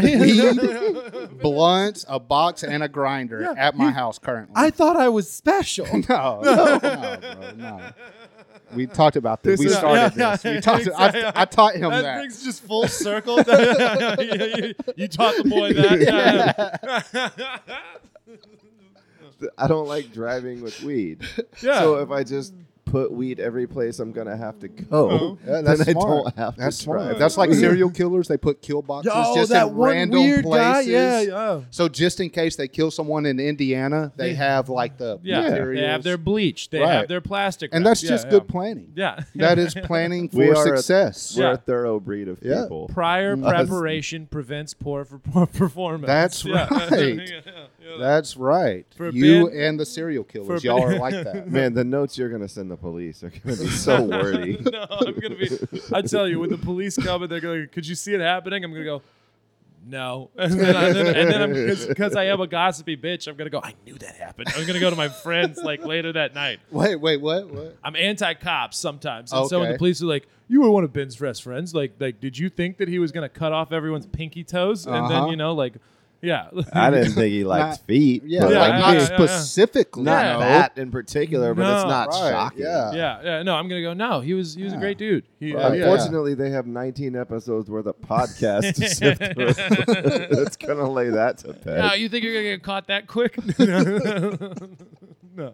C: weed, blunts, a box, and a grinder at my house currently.
D: thought I was special.
C: no, no, bro, no. We talked about
B: This
C: this. we
B: is-
C: started
A: yeah,
C: this.
A: yeah,
C: We talked.
A: exactly.
C: I, I taught him
A: that,
C: that.
A: brings just full circle. Yeah, you, you taught the boy that. Yeah, yeah.
B: I don't like driving with weed.
A: Yeah.
C: uh,
B: So if I just put weed every place I'm gonna have to
A: Uh-huh.
B: go,
C: Yeah,
B: then
C: that's
B: I
C: smart.
B: don't have
C: That's
B: to
C: smart.
B: drive.
C: That's like serial killers. They put kill boxes just in random places.
A: yeah.
C: So just in case they kill someone in Indiana, they have like the
A: Yeah,
C: materials.
A: they have their bleach. They
C: Right.
A: have their plastic,
C: and
A: wrap.
C: that's
A: Yeah,
C: just
A: yeah.
C: good planning.
A: Yeah,
C: That is planning
B: We
C: for
B: are a-
C: success.
B: We're
A: Yeah.
B: a thorough breed of
C: Yeah.
B: people.
A: prior preparation prevents poor for poor performance.
C: That's
A: Yeah.
C: right.
A: Yeah, yeah, yeah.
C: That's right.
A: For
C: you
A: Ben-
C: and the serial killers,
A: for
C: y'all
A: Ben-
C: are like that.
B: Man, the notes you're gonna send the police are gonna be so wordy.
A: no, I'm gonna be. I tell you, when the police come and they're going, could you see it happening? I'm gonna go, no, and then, I, and then I'm because I am a gossipy bitch. I'm gonna go. I knew that happened. I'm gonna go to my friends like later that night.
C: Wait, wait, what? What?
A: I'm anti cops sometimes, and so when
C: Okay.
A: the police are like, "You were one of Ben's best friends. Like, like, did you think that he was gonna cut off everyone's pinky toes?" And
C: Uh-huh.
A: then you know, like, yeah,
B: I didn't think he liked
C: Not-
B: feet.
C: Yeah,
B: but
A: Yeah,
B: like
A: yeah,
C: like
A: yeah,
C: not
A: yeah.
C: specifically.
B: not
A: Yeah.
C: no.
B: that in particular, but it's
A: No.
B: not
C: Right,
B: shocking.
C: yeah.
A: yeah, yeah. No, I'm gonna go. No, he was he was a great dude. He, uh,
C: Right.
A: yeah.
B: Unfortunately, they have 19 episodes worth of podcasts to sift through. That's gonna lay that to bed.
A: No, you think you're gonna get caught that quick? no.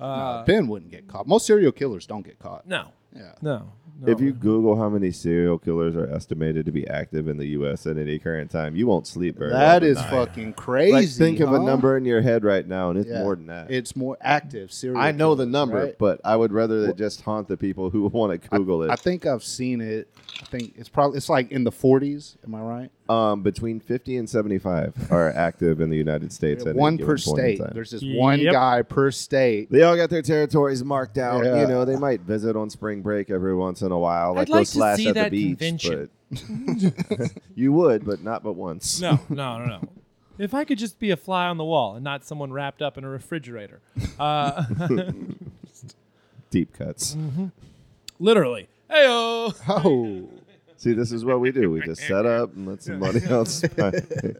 A: Uh,
C: Ben wouldn't get caught. Most serial killers don't get caught.
A: no.
C: Yeah.
A: No. no.
B: if you Google how many serial killers are estimated to be active in the U.S. at any current time, you won't sleep very well.
C: That is
B: tonight.
C: fucking crazy.
B: Like, think of
C: huh?
B: a number in your head right now, and it's
C: Yeah.
B: more than that.
C: It's more active serial.
B: I know the
C: killers,
B: number,
C: right?
B: but I would rather they just haunt the people who want to Google it.
C: I think I've seen it. I think it's probably it's like in the 40s. Am I right?
B: um, between 50 and 75 are active in the United States. at any
C: one per
B: given point in
C: state.
B: time.
C: There's just one
A: Yep.
C: guy per state.
B: They all got their territories marked out.
C: Yeah.
B: You know, they might visit on spring break every once in a while, like go
A: like to
B: slash
A: see
B: at the
A: that
B: beach.
A: convention.
B: but- you would, but not but once.
A: No, no, no, no. If I could just be a fly on the wall and not someone wrapped up in a refrigerator, uh,
B: Deep cuts.
A: literally. Heyo.
C: Oh,
B: See, this is what we do. We just set up and let somebody else. and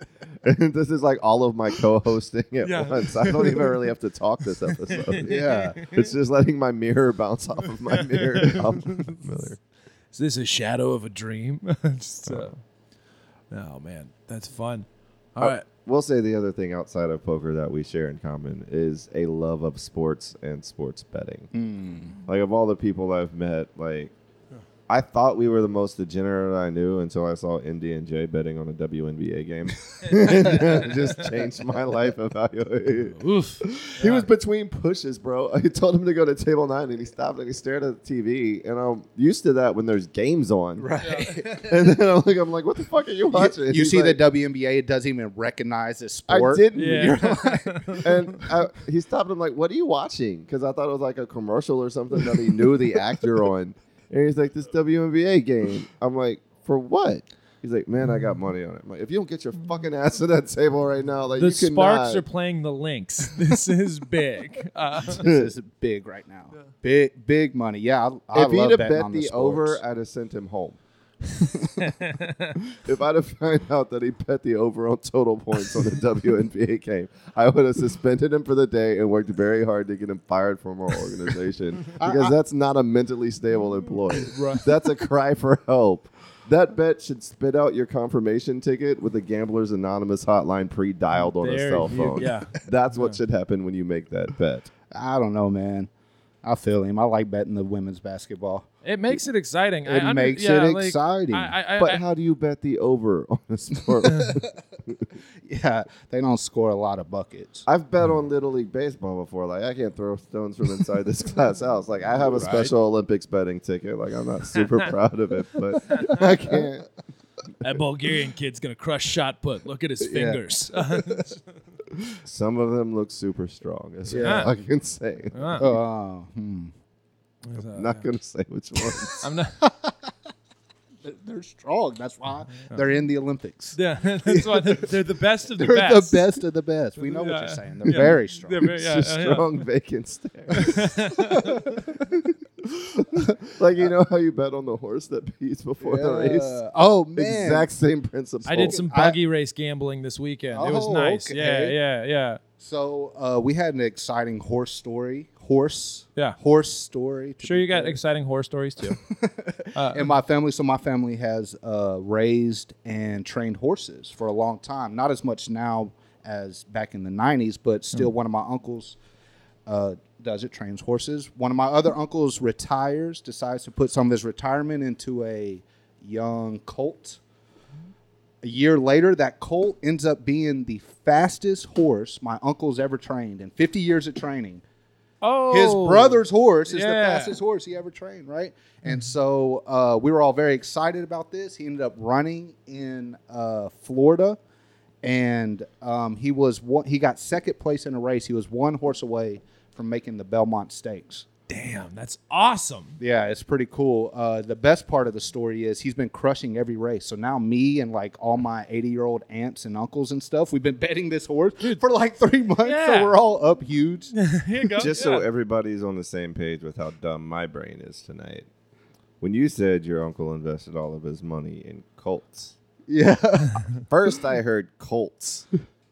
B: this is like all of my co-hosting at
A: Yeah.
B: once. I don't even really have to talk this episode.
C: yeah.
B: It's just letting my mirror bounce off of my mirror. Miller.
A: Is this a shadow of a dream? Just, uh, oh man, that's fun. All right.
B: We'll say the other thing outside of poker that we share in common is a love of
C: Hmm.
B: sports and sports betting. Like of all the people I've met, like I thought we were the most degenerate I knew until I saw Indy and Jay betting on a WNBA game. It just changed my life evaluation.
A: Oof.
B: He was between pushes, bro. I told him to go to table nine, and he stopped and he stared at the TV. And I'm used to that when there's games on.
C: Right.
B: And then I'm like, I'm like, what the fuck are you watching?
C: You, you
B: He's
C: see
B: like,
C: the WNBA, it doesn't even recognize this
B: I
C: sport.
B: didn't.
A: Yeah.
B: and I, he stopped. I'm like, "What are you watching?" Because I thought it was like a commercial or something that he knew the actor on. And he's like, "This WNBA game." I'm like, "For what?" He's like, "Man, I got money on it." I'm like, if you don't get your fucking ass to that table right now, like
A: the
B: you
A: Sparks
B: cannot.
A: are playing the Lynx. This is big. Uh,
C: This is big right now. Big, big money. Yeah, I, I
B: if
C: love
B: he'd have
C: betting
B: bet
C: on
B: the,
C: the sports.
B: over, I'd have sent him home. if I'd have found out that he bet the over on total points on the WNBA game, I would have suspended him for the day and worked very hard to get him fired from our organization because that's not a mentally stable employee.
A: Right.
B: That's a cry for help. That bet should spit out your confirmation ticket with a Gamblers Anonymous hotline pre-dialed on
A: There
B: a cell
A: you-
B: phone.
A: yeah.
B: That's what should happen when you make that bet.
C: I don't know, man. I feel him. I like betting the women's basketball.
A: it makes it exciting. I
C: It
A: under-
C: makes
A: yeah,
C: it
A: like,
C: exciting.
A: I, I, I,
B: But
A: I-
B: how do you bet the over on a sport?
C: Yeah, they don't score a lot of buckets.
B: I've bet on Little League Baseball before. Like, I can't throw stones from inside this glass house. Like, I have a Special Olympics betting ticket. Like, I'm not super proud of it, but I can't.
A: that Bulgarian kid's gonna crush shot put. Look at his fingers.
B: Some of them look super strong. Is
A: Yeah.
B: all I can say.
A: Uh,
C: Oh, hmm.
B: I'm not going to say which ones.
A: I'm not.
C: They're strong. That's why they're in the Olympics.
A: Yeah, that's why they're, they're the best of the
C: They're
A: best.
C: the best of the best. We know what
A: Yeah.
C: you're saying. They're
A: Yeah.
C: very strong.
A: They're very-
B: It's
A: yeah,
B: just
A: yeah, yeah.
B: strong vacant stare. like, you know how you bet on the horse that pees before the race?
C: Yeah. Oh man,
B: Exact same principle.
A: I did some
C: I-
A: buggy race gambling this weekend. it was
C: Oh,
A: nice.
C: okay.
A: Yeah, yeah, yeah.
C: So uh, we had an exciting horse story. Horse.
A: Yeah.
C: Horse story. to
A: Sure,
C: be
A: you got
C: fair.
A: exciting horror stories too.
C: in my family. So my family has uh, raised and trained horses for a long time. Not as much now as back in the '90s, but still, one of my uncles uh, does it. Trains horses. One of my other uncles retires, decides to put some of his retirement into a young colt. A year later, that colt ends up being the fastest horse my uncle's ever trained in 50 years of training
A: Oh,
C: his brother's horse is the
A: yeah.
C: fastest horse he ever trained, right? And so uh, we were all very excited about this. He ended up running in uh, Florida, and um, he was one, he got second place in a race. He was one horse away from making the Belmont Stakes.
A: Damn, that's awesome.
C: Yeah, it's pretty cool. Uh, the best part of the story is he's been crushing every race. So now me and like all my 80 year old aunts and uncles and stuff, we've been betting this horse for like three months.
A: Yeah.
C: So we're all up huge.
A: Here you go.
B: Just
A: yeah.
B: so everybody's on the same page with how dumb my brain is tonight. When you said your uncle invested all of his money in Colts,
C: yeah.
B: first I heard Colts,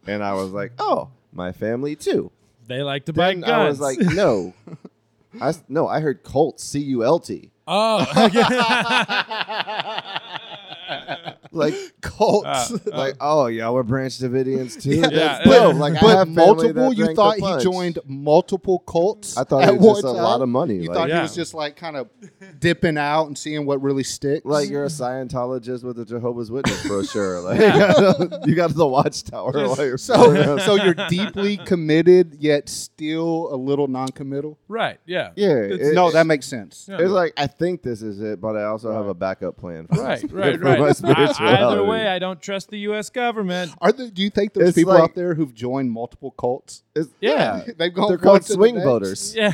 B: and I was like, "Oh, my family too."
A: they like to buy
B: Then
A: guns.
B: I was like, "No, I s- no, I heard Colts, C U L T."
A: oh,
B: Like
C: Colts.
B: like oh yeah, we're Branch Davidians too. Yeah,
A: Yeah,
B: but,
A: yeah.
B: like I
C: but
B: have family
C: multiple.
B: that
C: You
B: drank the
C: thought he
B: punch.
C: joined multiple cults.
B: I thought
C: at
B: it was just
C: one
B: a
C: time?
B: lot of money.
C: You
B: like,
C: thought
A: Yeah.
C: he was just like kind of dipping out and seeing what really sticks.
B: like you're a Scientologist with a Jehovah's Witness brochure. Like you got the Watchtower.
A: Just-
B: while you're
C: so, so you're deeply committed yet still a little non-committal.
A: right, yeah,
B: yeah, it-
C: no, that makes sense.
A: Yeah.
B: It's like I think this is it, but I also have a backup plan. For
A: right,
B: my-
A: right,
B: for my
A: right. I, either
B: spirituality.
A: way, I don't trust the U.S. government.
C: Are there, do you think there's
B: It's
C: people
B: like-
C: out there who've joined multiple cults?
B: It's-
A: Yeah.
C: They've gone
B: they're
C: one
B: called
C: to the
B: swing
C: next?
B: voters.
A: Yeah,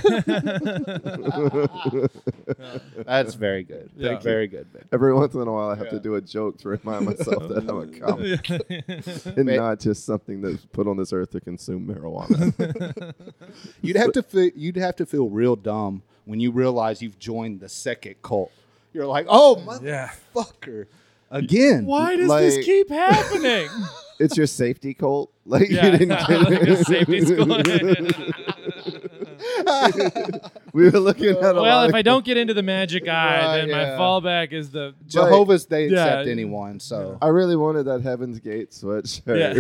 C: That's very good.
A: Yeah. Thank you.
C: very good. man.
B: Every once in a while, I have to do a joke to remind myself that I'm a cop and
C: Man.
B: not just something that's put on this earth to consume marijuana.
C: You'd have to feel, you'd have to feel real dumb when you realize you've joined the second cult. You're like, oh
A: yeah.
C: motherfucker, again.
A: Why does
B: Like-
A: this keep happening?
B: it's your safety cult. Like
A: yeah,
B: you didn't get it.
A: Like a safety school.
B: We were looking at a
A: well,
B: lot
A: if
B: of
A: I don't get into the magic eye,
C: Right,
A: then
C: yeah.
A: my fallback is the.
C: Jehovah's they
A: Yeah.
C: accept anyone, so
B: I really wanted that Heaven's Gate sweatshirt.
A: Yeah,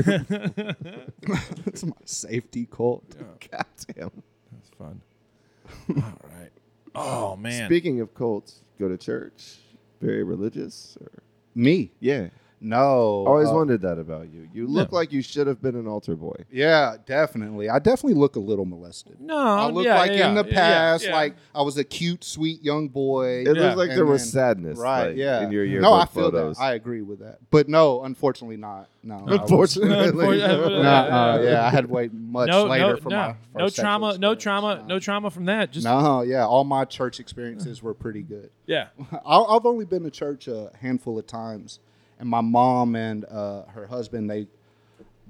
C: it's my safety cult.
B: God damn.
A: That's fun. All right. Oh man.
B: Speaking of cults, go to church. very religious? Or?
C: Me?
B: Yeah,
C: No.
B: I always
C: uh,
B: wondered that about you. You look like you should have been an altar boy.
C: Yeah, definitely. I definitely look a little molested.
A: No,
C: I look
A: Uh, yeah,
C: like
A: yeah,
C: in the
A: yeah, yeah,
C: past,
A: yeah.
C: like I was a cute, sweet young boy.
B: It
A: Yeah.
B: looks like
C: And
B: there was
C: then-
B: sadness,
C: Right,
B: like,
C: yeah.
B: in your yearbook
C: no, I feel
B: photos.
C: that. I agree with that. But no, unfortunately not. No. I was-
B: Unfortunately,
A: Unfortunately.
C: Nah, uh,
A: Yeah.
C: yeah, I had to wait much
A: no,
C: later
A: no,
C: for
A: no,
C: my first
A: no
C: sexual
A: trauma, no
C: experience.
A: trauma,
C: Nah.
A: no trauma from that. Just
C: No, yeah, all my church experiences were pretty good.
A: yeah,
C: I- I've only been to church a handful of times, and my mom and uh, her husband they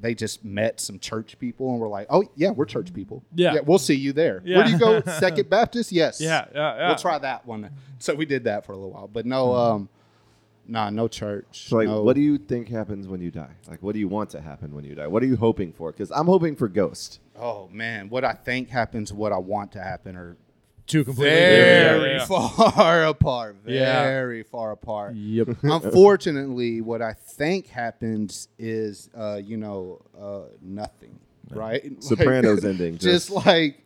C: they just met some church people and were like, "Oh yeah, we're church people.
A: Yeah.
C: we'll see you there.
A: Yeah.
C: Where do you go? Second Baptist? Yes.
A: yeah, yeah. yeah. Mm-hmm.
C: we'll try that one. So we did that for a little while, but no, um, nah, no church.
B: So, like,
C: no.
B: what do you think happens when you die? Like, what do you want to happen when you die? What are you hoping for? Because I'm hoping for ghost.
C: oh man, what I think happens, what I want to happen, are
A: Two completely different-
C: very
A: yeah, yeah.
C: far apart.
A: Yeah.
C: Very far apart.
A: Yep.
C: Unfortunately, what I think happens is, uh, you know, uh, nothing, right?
B: Sopranos
C: Like,
B: ending,
C: just,
B: just-
C: like,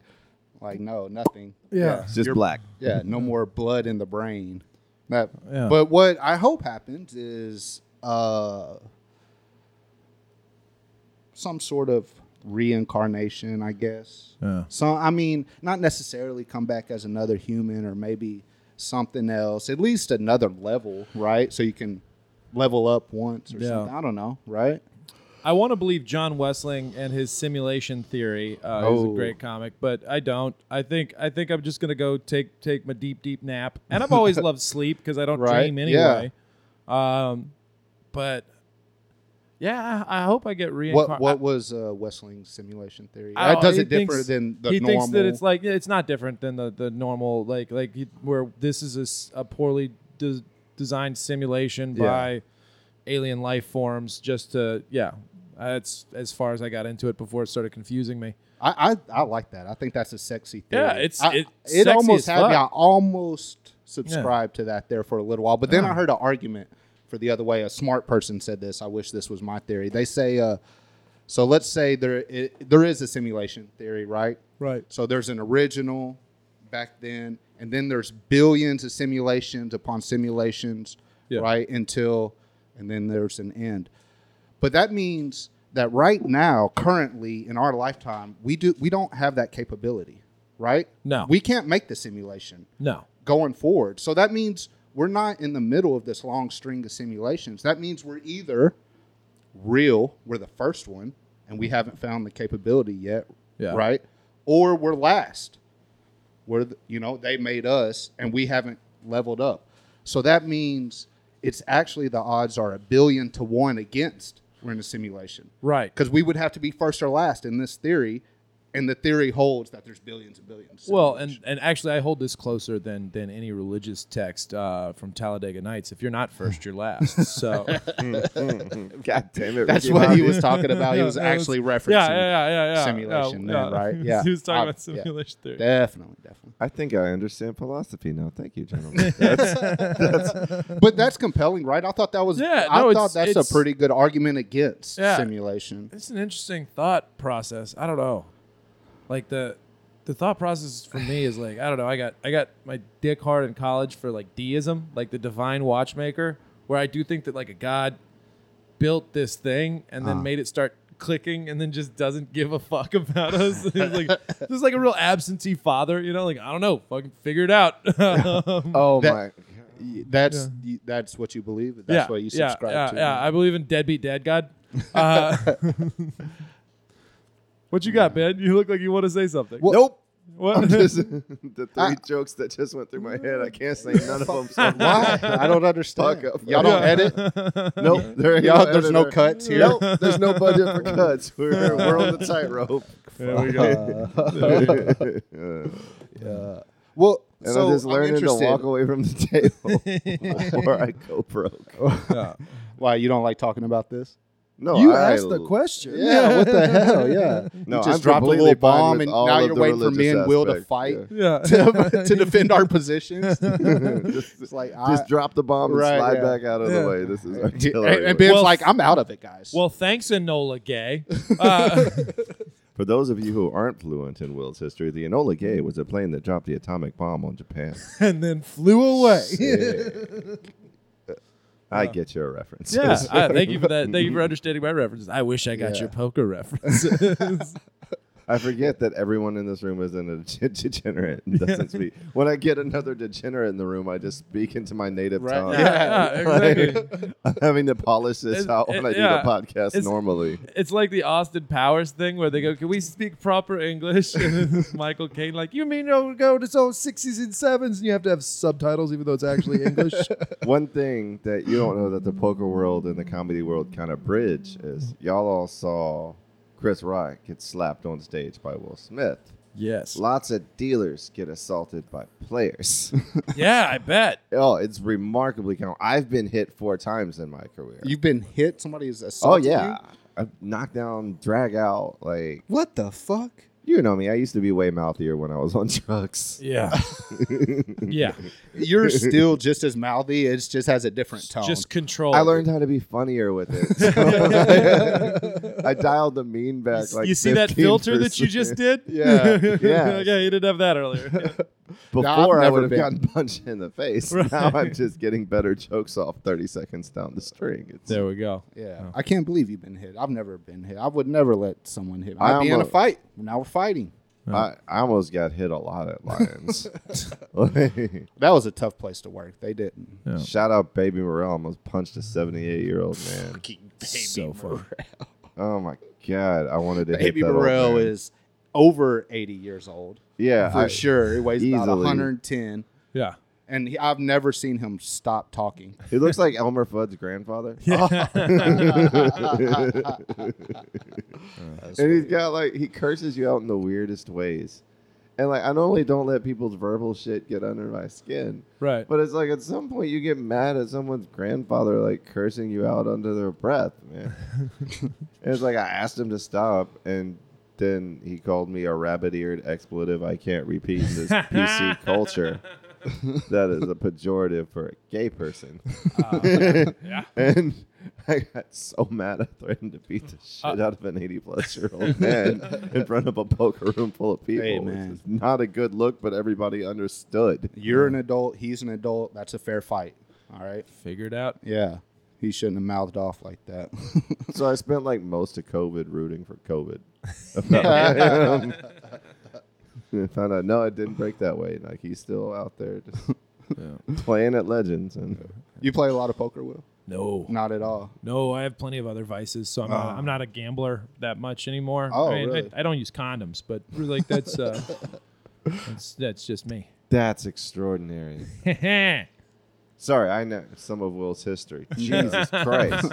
C: like no, nothing.
A: Yeah.
B: It's just
C: You're-
B: black.
C: Yeah, no more blood in the brain. That,
A: Yeah.
C: But what I hope happens is uh, some sort of reincarnation, I guess.
A: Yeah.
C: So I mean, not necessarily come back as another human or maybe something else. At least another level, right? So you can level up once or
A: Yeah.
C: something. I don't know, right?
A: I want to believe John Wesling and his simulation theory. Uh, He's a
C: Oh.
A: great comic, but I don't. I think I think I'm just gonna go take take my deep deep nap. And I've always loved sleep because I don't
C: Right,
A: dream anyway. Um, but yeah, I I hope I get
C: What
A: reincarnated.
C: what was uh, Westling's simulation theory?
A: I-
C: That
A: Oh,
C: does
A: he
C: it differ
A: thinks-
C: than the
A: he
C: normal?
A: thinks that it's like yeah, it's not different than the, the normal like like he- where this is a s- a, poorly de- designed simulation
B: Yeah.
A: by alien life forms just to yeah that's as far as I got into it before it started confusing me
C: I, I I like that. I think that's a sexy thing.
A: Yeah, it's-
C: I,
A: it's
C: it
A: sexy
C: almost
A: as
C: had me. I
A: fuck.
C: almost subscribed to that there for a little while, but then I heard an argument for the other way. A smart person said this. I wish this was my theory. They say, uh, so let's say there it, there is a simulation theory, right?
A: right
C: So there's an original back then, and then there's billions of simulations upon simulations,
A: Yeah.
C: right? Until, and then there's an end. But that means that right now, currently in our lifetime, we do we don't have that capability, right?
A: No.
C: we can't make the simulation
A: no
C: going forward. So that means we're not in the middle of this long string of simulations. That means we're either real, we're the first one, and we haven't found the capability yet,
A: Yeah.
C: right? Or we're last. We're the, you know they made us, and we haven't leveled up. So that means it's actually the odds are a billion to one against we're in a simulation
A: right
C: because we would have to be first or last in this theory, and the theory holds that there's billions and billions. of
A: well
C: simulations.
A: and and actually I hold this closer than than any religious text uh, from Talladega Nights if you're not first you're last so
B: God damn it!
C: That's
B: Ricky
C: what he
B: Bobby.
C: was talking about. He
A: Yeah,
C: was
A: that
C: actually referencing
A: yeah yeah yeah yeah, yeah
C: simulation,
A: yeah,
C: then, right? Yeah,
A: he was talking
C: I-
A: about
C: yeah.
A: simulation theory
C: Definitely, definitely.
B: I think I understand philosophy now. Thank you, gentlemen. That's-
C: But that's compelling, right? I thought that was.
A: Yeah,
C: I
A: no, it's-
C: thought that's a
A: it's-
C: pretty good argument against
A: Yeah.
C: simulation.
A: it's an interesting thought process. I don't know. Like the the thought process for me is like I don't know. I got I got my dick hard in college for like deism, like the divine watchmaker, where I do think that like a god built this thing and then made it start clicking and then just doesn't give a fuck about us. It's like just like a real absentee father, you know? Like I don't know, fucking figure it out. Um,
B: oh
C: That-
B: my!
C: Y- That's y- that's what you believe. That's
A: yeah,
C: what you
A: yeah,
C: subscribe
A: yeah,
C: to.
A: Yeah, I believe in deadbeat dad god. Uh, what you got, man? You look like you want to say something.
B: Nope.
A: What?
B: Just- the three
C: I-
B: jokes that just went through my head. I can't say none of them. So
C: Why? I don't understand.
B: Fuck up.
C: Y'all don't edit.
B: Nope. There ain't
C: Y'all, there's no
B: editor.
C: cuts here.
B: Nope. There's no budget for cuts. We're, we're on the tightrope.
A: There we go.
C: Well,
B: And
C: so
B: I'm just learning to
C: interested.
B: walk away from the table before I go broke.
C: Why you don't like talking about this?
B: No,
D: you
B: I,
D: asked the question.
C: Yeah, what the hell? Yeah,
B: No,
C: you
B: I'm
C: just dropped a
B: completely
C: little
B: fine
C: bomb,
B: with
C: and
B: all
C: now
B: of
C: you're
B: the
C: waiting for me
B: religious
C: and Will to
B: aspect,
C: fight
B: yeah.
A: yeah.
C: to, to defend our positions.
B: just,
C: It's like
B: just
C: I,
B: drop the bomb and
C: Right,
B: slide
C: yeah.
B: back out of
A: Yeah.
B: the way. This is
C: and,
B: artillery.
C: and Ben's
A: Well,
C: like, I'm out of it, guys.
A: well, thanks, Enola Gay. Uh,
B: For those of you who aren't fluent in Will's history, the Enola Gay
A: Mm.
B: was a plane that dropped the atomic bomb on Japan.
A: and then flew away.
B: I get your reference.
A: Yeah, I, thank you for that. Thank you for understanding my references. I wish I got
C: Yeah.
A: your poker references.
B: I forget that everyone in this room is in a de- degenerate and doesn't speak. When I get another degenerate in the room, I just speak into my native
C: Right.
B: tongue.
A: yeah, exactly.
B: I'm having to polish this
A: It's-
B: out when
A: it-
B: I do
A: yeah.
B: the podcast
A: It's-
B: normally.
A: It's like the Austin Powers thing where they go, "Can we speak proper English?" And Michael Caine, like, "You mean oh, go to so sixties and sevens, and you have to have subtitles, even though it's actually English."
B: One thing that you don't know that the poker world and the comedy world kind of bridge is y'all all saw Chris Rock get slapped on stage by Will Smith.
A: yes.
B: Lots of dealers get assaulted by players.
A: Yeah, I bet.
B: oh, it's remarkably common. I've been hit four times in my career.
C: You've been hit. Somebody's
B: oh
C: assaulted
B: yeah,
C: you?
B: I've knocked down, drag out. Like
C: What the fuck?
B: you know me, I used to be way mouthier when I was on drugs.
A: Yeah. yeah.
C: You're still just as mouthy. It just has a different tone.
A: Just control.
B: I learned how to be funnier with it. I dialed the mean back. like
A: you see that filter that you
B: 15%.
A: just did?
B: Yeah, yeah.
A: yeah, you didn't have that earlier.
C: Nah, I've
B: Before I
C: never
B: would have
C: been.
B: gotten punched in the face.
A: Right.
B: Now I'm just getting better jokes off 30 seconds down the string. It's,
A: There we go.
C: yeah. I can't believe you've been hit. I've never been hit. I would never let someone hit me.
B: I
C: I'd be in a
B: almost-
C: fight. Now we're fighting.
B: I, I almost got hit a lot at Lions. Like,
C: That was a tough place to work. They didn't.
B: Shout out Baby Morel. Almost punched a 78 year old man.
A: so fun.
B: Oh my God. I wanted to hit
C: Baby
B: that old
C: Burrell
B: man.
C: is over 80 years old.
B: Yeah.
C: for
B: I-
C: sure. He weighs about
B: easily.
C: 110.
A: Yeah.
C: And he, I've never seen him stop talking.
B: He looks like Elmer Fudd's grandfather. and he's got like he curses you out in the weirdest ways. And like I normally don't let people's verbal shit get under my skin.
A: Right.
B: But it's like at some point you get mad at someone's grandfather like cursing you out under their breath, man. and it's like I asked him to stop and then he called me a rabbit-eared expletive I can't repeat in this PC culture. that is a pejorative for a gay person.
C: Uh,
B: And I got so mad I threatened to beat the
C: Uh,
B: shit out of an 80 plus year old man in front of a poker room full of people.
C: Hey, man.
B: which is not a good look, but everybody understood.
C: You're an adult. He's an adult. That's a fair fight. All right.
A: Figured out.
C: Yeah. He shouldn't have mouthed off like that.
B: So I spent like most of COVID rooting for COVID. About him. And I found out no, it didn't break that way. Like he's still out there just playing at Legends, and
C: you play a lot of poker, Will?
A: No.
C: Not at all.
A: No, I have plenty of other vices, so I'm,
B: Oh.
A: not, I'm not a gambler that much anymore.
C: Oh,
A: I, mean,
C: really?
A: I, I don't use condoms, but like that's uh, that's, that's just me.
B: that's extraordinary. Sorry, I know some of Will's history. Jesus Christ.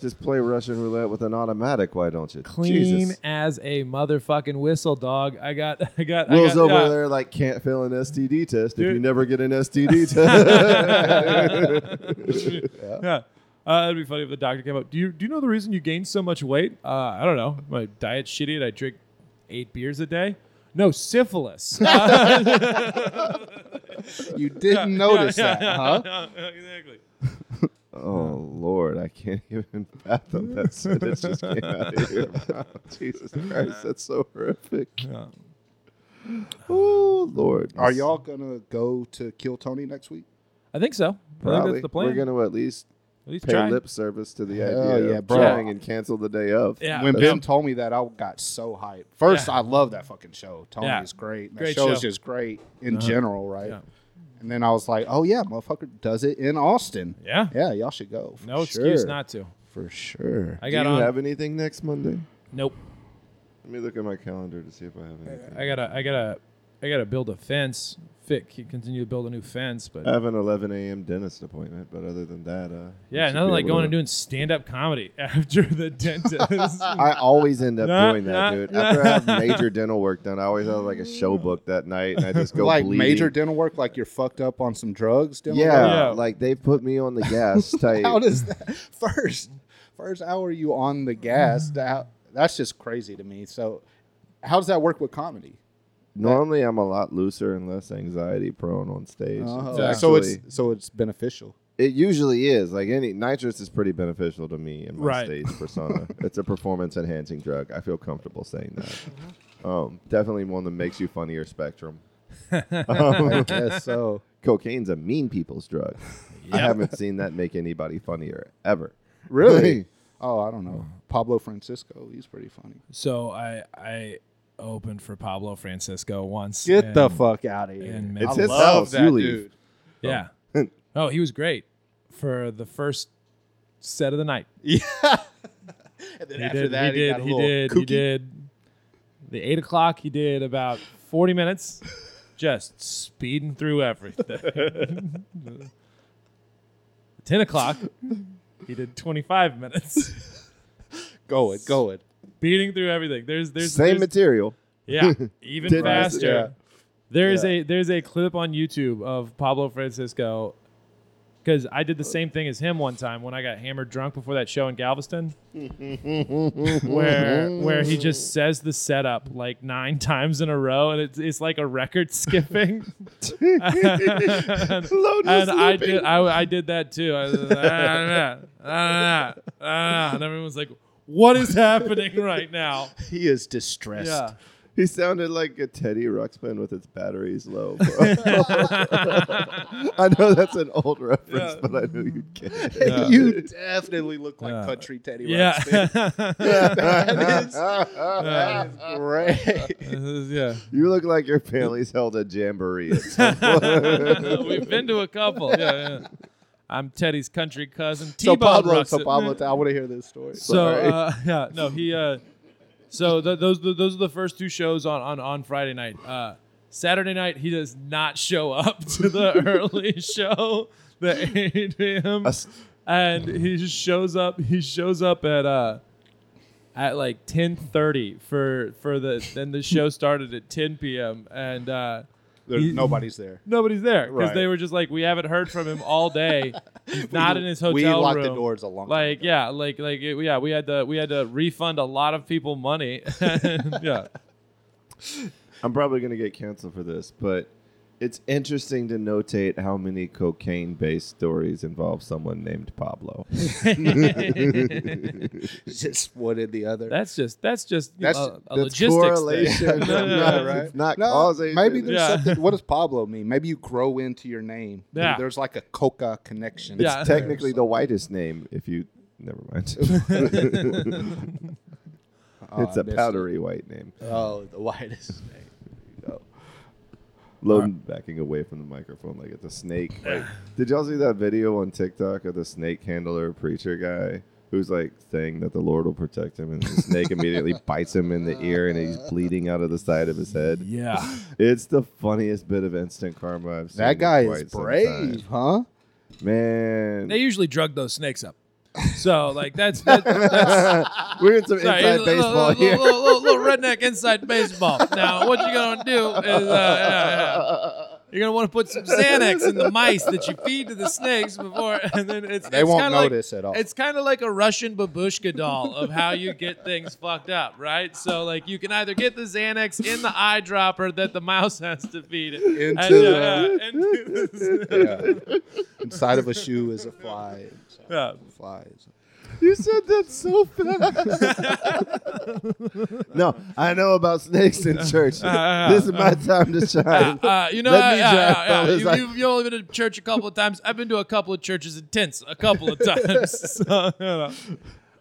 B: Just play Russian roulette with an automatic, why don't you?
A: Clean
B: Jesus.
A: as a motherfucking whistle, dog. I got, I got, I
B: Will's
A: got,
B: over
A: yeah.
B: there like can't fail an STD test if you
A: Dude.
B: never get an STD test.
A: yeah. Uh, that'd be funny if the doctor came up. Do you do you know the reason you gained so much weight? Uh, I don't know. My diet's shitty and I drink eight beers a day. No syphilis.
C: You didn't notice
A: Yeah,
C: that,
A: yeah,
C: huh?
A: yeah, yeah, exactly.
B: oh Lord, I can't even fathom that sentence just came out of your mouth. Jesus Christ, that's so horrific. Oh Lord,
C: Are y'all gonna go to kill Tony next week?
A: I think so. I think
B: Probably.
A: that's the plan.
B: We're going to at least
A: At least
B: pay
A: try.
B: lip service to the
C: Hell
B: idea
C: yeah,
B: of
C: bro.
B: trying and cancel the day of.
A: Yeah.
C: when
A: that's-
C: Ben told me that, I got so hyped. First,
A: Yeah.
C: I love that fucking show. Tony
A: Yeah.
C: is great. That
A: Great
C: show, is
A: show.
C: just great in general, right?
A: Yeah.
C: And then I was like, oh yeah, motherfucker does it in Austin.
A: Yeah.
C: Yeah, y'all should go. for
A: No excuse
C: sure.
A: not to.
C: For sure.
A: I
B: Do you
A: got on.
B: have anything next Monday?
A: nope.
B: Let me look at my calendar to see if I have anything.
A: I gotta. I gotta. I gotta build a fence. Fit. Continue to build a new fence. But
B: I have an 11 a.m. dentist appointment, but other than that, uh, I
A: yeah,
B: should
A: nothing
B: be
A: like
B: able
A: going and
B: to-
A: doing stand-up comedy after the dentist.
B: I always end up
A: Nah,
B: doing that,
A: nah,
B: dude.
A: nah.
B: After I have major dental work done, I always have like a show booked that night, and I just go
C: like
B: bleeding.
C: major dental work, like you're fucked up on some drugs. Dental
B: Yeah,
A: Yeah.
B: like they put me on the gas
C: Work?
B: type.
C: How does that first first hour you on the gas?
A: Mm-hmm.
C: That, that's just crazy to me. So, how does that work with comedy?
B: Normally, I'm a lot looser and less anxiety prone on stage. It's
C: Uh, so it's
B: actually-
C: so it's beneficial.
B: It usually is. Like any nitrous is pretty beneficial to me in my
A: Right.
B: stage persona. it's a performance enhancing drug. I feel comfortable saying that.
C: Uh-huh.
B: Um, definitely one that makes you funnier spectrum.
C: I guess so.
B: Cocaine's a mean people's drug. I
A: Yep.
B: haven't seen that make anybody funnier ever.
C: Really? oh, I don't know. Pablo Francisco, he's pretty funny.
A: So I I opened for Pablo Francisco once.
C: Get the
A: and-
C: fuck out of here.
A: and
B: It's
A: I
B: his
A: love-
B: house. You leave.
A: Yeah. oh, he was great for the first set of the night.
C: Yeah. and then
A: He
C: after
A: did.
C: that,
A: he
C: he,
A: did.
C: got a
A: He
C: little
A: did. He
C: kooky.
A: did. The eight o'clock. He did about forty minutes, just speeding through everything. Ten o'clock. He did twenty-five minutes,
C: Go it, go it.
A: beating through everything. There's there's
B: Same
A: there's-
B: material.
A: Yeah, even
B: Didn't-
A: faster. There is
B: Yeah.
A: a there's a clip on YouTube of Pablo Francisco because I
B: Uh.
A: did the same thing as him one time when I got hammered drunk before that show in Galveston, where where he just says the setup like nine times in a row, and it's it's like a record skipping. and
B: Loadless
A: I
B: looping.
A: did I, I did that too. I was like, "Ah, ah, ah, ah," and everyone's like, "What is happening right now?"
C: He is distressed.
A: Yeah.
B: He sounded like a Teddy Ruxpin with its batteries low. Bro. I know that's an old
A: Yeah.
B: reference, but I knew you'd get it.
C: you Uh, definitely look like
A: Yeah.
C: country Teddy Ruxpin.
A: Yeah.
C: that is, that is great.
A: yeah.
B: you look like your family's held a jamboree.
A: We've been to a couple. Yeah, yeah. I'm Teddy's country cousin.
C: So
A: T-Bone
C: Pablo,
A: Ruxin.
C: so Pablo, I want to hear this story.
A: So
B: Sorry.
A: uh, yeah, no, he. Uh, so th- those th- those are the first two shows on on on Friday night. Uh, Saturday night he does not show up to the early show, the 8 a.m.
B: Us-
A: and he just shows up. He shows up at uh at like 10:30 for for the then the show started at 10 p.m. and uh,
C: There,
A: He-
C: nobody's there.
A: nobody's there because
C: Right.
A: they were just like we haven't heard from him all day. He's not in his hotel
C: we locked
A: room
C: the doors a long time
A: like
C: ago.
A: yeah like like it- yeah we had to we had to refund a lot of people money yeah
B: I'm probably going to get canceled for this, but it's interesting to notate how many cocaine based stories involve someone named Pablo.
C: just one and the other.
A: that's just that's just
C: That's-
A: a, a
B: That's
A: logistics
B: correlation.
A: thing. No, no,
B: not,
A: no.
C: right?
B: it's not
C: No,
B: causation.
C: Maybe there's
A: Yeah.
C: something. What does Pablo mean? Maybe you grow into your name. Maybe
A: Yeah.
C: There's like a coca connection.
A: It's Yeah.
B: technically the whitest name if you. Never mind.
C: Oh,
B: it's
C: I
B: a
C: missed
B: powdery white name.
C: it. Oh, the whitest name. There you go.
B: Loden backing away from the microphone like it's a snake. Like, did y'all see that video on TikTok of the snake handler preacher guy who's like saying that the Lord will protect him, and the snake immediately bites him in the ear, and he's bleeding out of the side of his head?
A: yeah
B: It's the funniest bit of instant karma I've seen.
C: That
B: in
C: guy is
B: quite some
C: brave, huh?
B: time. man.
A: they usually drug those snakes up so like that's that, that's
B: We're in some
A: sorry,
B: inside
A: little-
B: baseball
A: little,
B: here.
A: little, little, little redneck inside baseball now what you're gonna do is uh, yeah, yeah. you're gonna want to put some Xanax in the mice that you feed to the snakes before and then it's
C: They
A: it's
C: won't
A: kinda like-
C: notice at all.
A: It's kind of like a Russian babushka doll of how you get things fucked up, right? So like you can either get the Xanax in the eyedropper that the mouse has to feed it
C: Into
A: and, uh,
C: the-
A: into the-
C: Yeah. Inside of a shoe is a fly. Inside
A: Yeah.
C: of a fly is a-
B: You said that so fast. no, I know about snakes in church.
A: uh,
B: this is my time to shine.
A: Uh, you know,
B: Let
A: I-
B: me
A: I- I-
B: drive,
A: I-
B: fellas.
A: you,
B: I-
A: you've, you've only been to church a couple of times. I've been to a couple of churches in tents a couple of times. So, you know.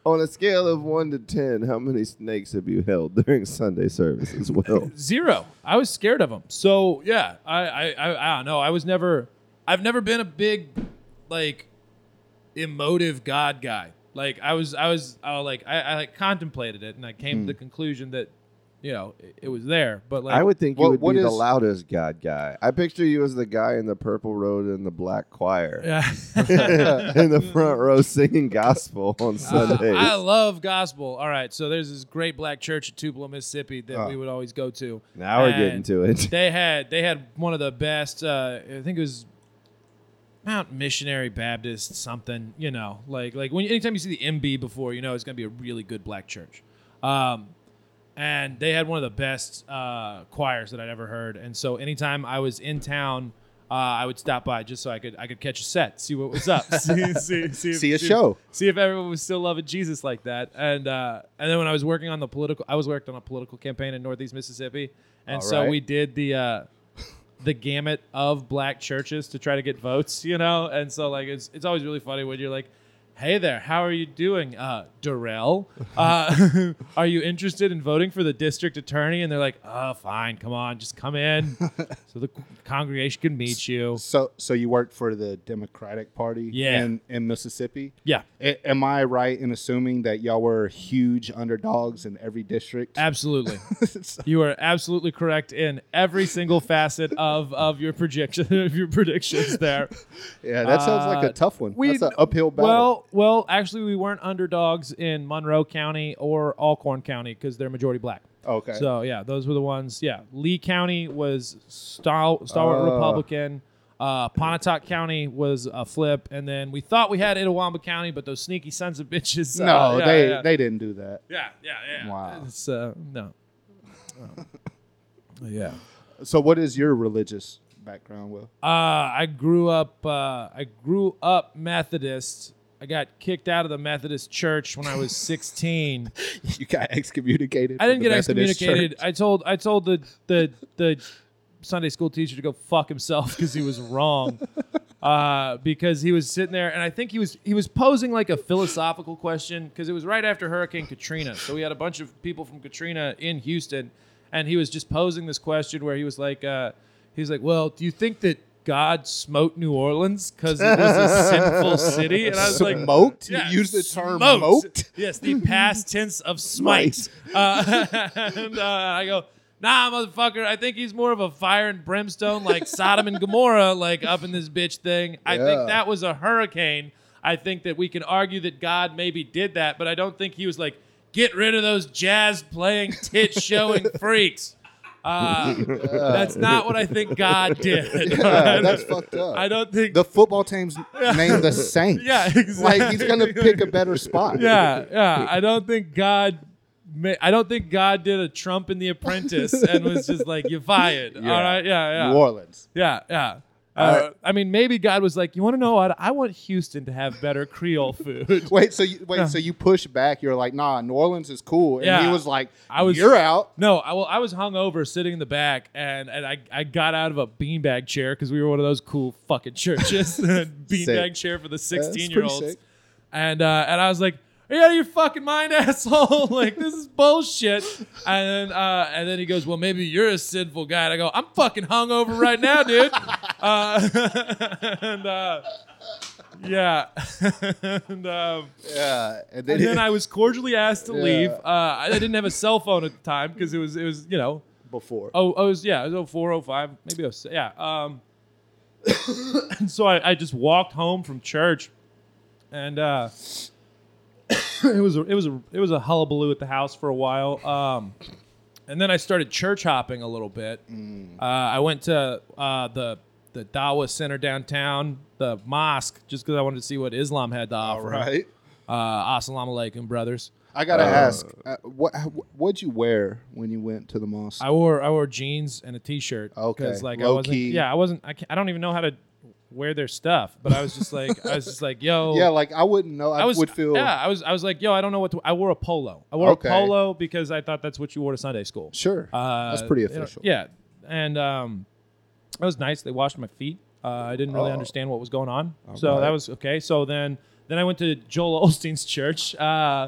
B: On a scale of one to ten, how many snakes have you held during Sunday service as well?
A: Zero. I was scared of them. So yeah, I I, I I don't know. I was never. I've never been a big, like, emotive God guy. Like I was, I was, I was, like I, I like contemplated it and I came to the conclusion that, you know, it, it was there. But like
B: Hmm. I would think
C: What-
B: you would
C: what
B: be the
C: is-
B: loudest God guy. I picture you as the guy in the purple robe and the black choir
A: Yeah.
B: in the front row singing gospel on Sundays.
A: I love gospel. All right, so there's this great black church in Tupelo, Mississippi that we would always go to.
B: now we're
A: And
B: getting to it.
A: They had they had one of the best. Uh, I think it was Mount Missionary Baptist something. You know, like like when anytime you see the MB before, you know it's gonna be a really good black church. Um, and they had one of the best uh, choirs that I'd ever heard. And so anytime I was in town. Uh, I would stop by just so I could I could catch a set, see what was up, see, see, see, if-
C: See a show.
A: see if everyone was still loving Jesus like that. And uh, and then when I was working on the political, I was worked on a political campaign in Northeast Mississippi, and
C: All
A: so
C: right.
A: we did the. Uh, the gamut of black churches to try to get votes, you know? And so like it's it's always really funny when you're like, Hey there, how are you doing? Uh Durrell? Uh are you interested in voting for the district attorney? And they're like, Oh, fine, come on, just come in. so the congregation can meet you.
C: So, so you worked for the Democratic Party,
A: Yeah.
C: in, in Mississippi.
A: Yeah.
C: A- am I right in assuming that y'all were huge underdogs in every district?
A: Uh, Absolutely. you are absolutely correct in every single facet of, of your projection of your predictions there.
C: yeah, that sounds like
A: Uh,
C: a tough one.
A: we-
C: That's an uphill battle.
A: Well, well, actually we weren't underdogs in Monroe County or Alcorn County because they're majority black.
C: okay.
A: So yeah, those were the ones. Yeah, Lee County was stal- stalwart
C: Uh.
A: Republican. Uh, Pontotoc County was a flip, and then we thought we had Itawamba County, but those sneaky sons of bitches. uh,
C: no,
A: yeah,
C: they
A: yeah.
C: they didn't do that.
A: yeah, yeah, yeah.
C: Wow.
A: It's, uh, no. Um, yeah.
C: So, what is your religious background, Will?
A: Uh, I grew up. Uh, I grew up Methodist. I got kicked out of the Methodist church when I was 16.
C: You got excommunicated.
A: I
C: from
A: didn't
C: the
A: get
C: Methodist
A: excommunicated.
C: church.
A: I told I told the the the Sunday school teacher to go fuck himself because he was wrong. Uh, because he was sitting there, and I think he was he was posing like a philosophical question because it was right after Hurricane Katrina, so we had a bunch of people from Katrina in Houston, and he was just posing this question where he was like, uh, he's like, well, do you think that God smote New Orleans because it was a sinful city? And I was like,
C: Smoked?
A: yeah,
C: you used the term
A: smoked.
C: moked?
A: Yes, the past tense of smite. Uh, and uh, I go, nah, motherfucker. I think he's more of a fire and brimstone, like Sodom and Gomorrah, like up in this bitch thing. I
B: Yeah.
A: think that was a hurricane. I think that we can argue that God maybe did that, but I don't think he was like, get rid of those jazz playing, tit showing freaks. Uh, that's not what I think God did.
C: Yeah, that's fucked up.
A: I don't think.
C: the football team's named the Saints.
A: yeah, exactly.
C: Like he's gonna pick a better spot.
A: yeah, yeah. I don't think God. ma- I don't think God did a Trump in The Apprentice and was just like, "You fired."
C: Yeah.
A: All right, yeah, yeah,
C: New Orleans.
A: yeah, yeah. Uh, I mean, maybe God was like, "You want to know what? I want Houston to have better Creole food."
C: Wait, so you wait, so you push back. You're like, nah, New Orleans is cool. And he
A: Yeah.
C: was like,
A: I was-
C: you're out.
A: No, I well, I was hungover, sitting in the back, and, and I, I got out of a beanbag chair because we were one of those cool fucking churches, beanbag chair for the
C: pretty
A: sixteen year olds,
C: sick.
A: and uh, and I was like, "Are you out of your fucking mind, asshole? like this is bullshit." And then uh, and then he goes, "Well, maybe you're a sinful guy." And I go, "I'm fucking hungover right now, dude." uh, and uh, yeah, and. Um,
C: Yeah. And then,
A: and then I was cordially asked to
C: Yeah.
A: leave. Uh, I I didn't have a cell phone at the time because it was it was you know
C: before.
A: oh I was yeah it was 04, 05, maybe 06, yeah um and so I, I just walked home from church and uh it was a, it was a it was a hullabaloo at the house for a while um and then I started church hopping a little bit
C: Mm.
A: uh, I went to uh, the the Dawa Center downtown the mosque just because I wanted to see what Islam had to
C: All
A: offer
C: right.
A: uh, Assalamu alaikum, brothers.
C: I gotta ask, uh, what wh- what'd you wear when you went to the mosque?
A: I wore I wore jeans and a t-shirt.
C: Okay.
A: 'cause, like
C: Low
A: I wasn't.
C: key.
A: Yeah, I wasn't. I, can't, I don't even know how to wear their stuff. But I was just like I was just like yo.
C: yeah, like I wouldn't know. I,
A: I was
C: would feel.
A: yeah. I was I was like yo. I don't know what to. I wore a polo. I wore
C: Okay.
A: a polo because I thought that's what you wore to Sunday school.
C: Sure.
A: Uh,
C: That's pretty
A: you know,
C: official.
A: yeah, and um, that was nice. They washed my feet. Uh, I didn't really
C: Oh.
A: understand what was going on, so
C: right.
A: that was okay. So then, then I went to Joel Osteen's church uh,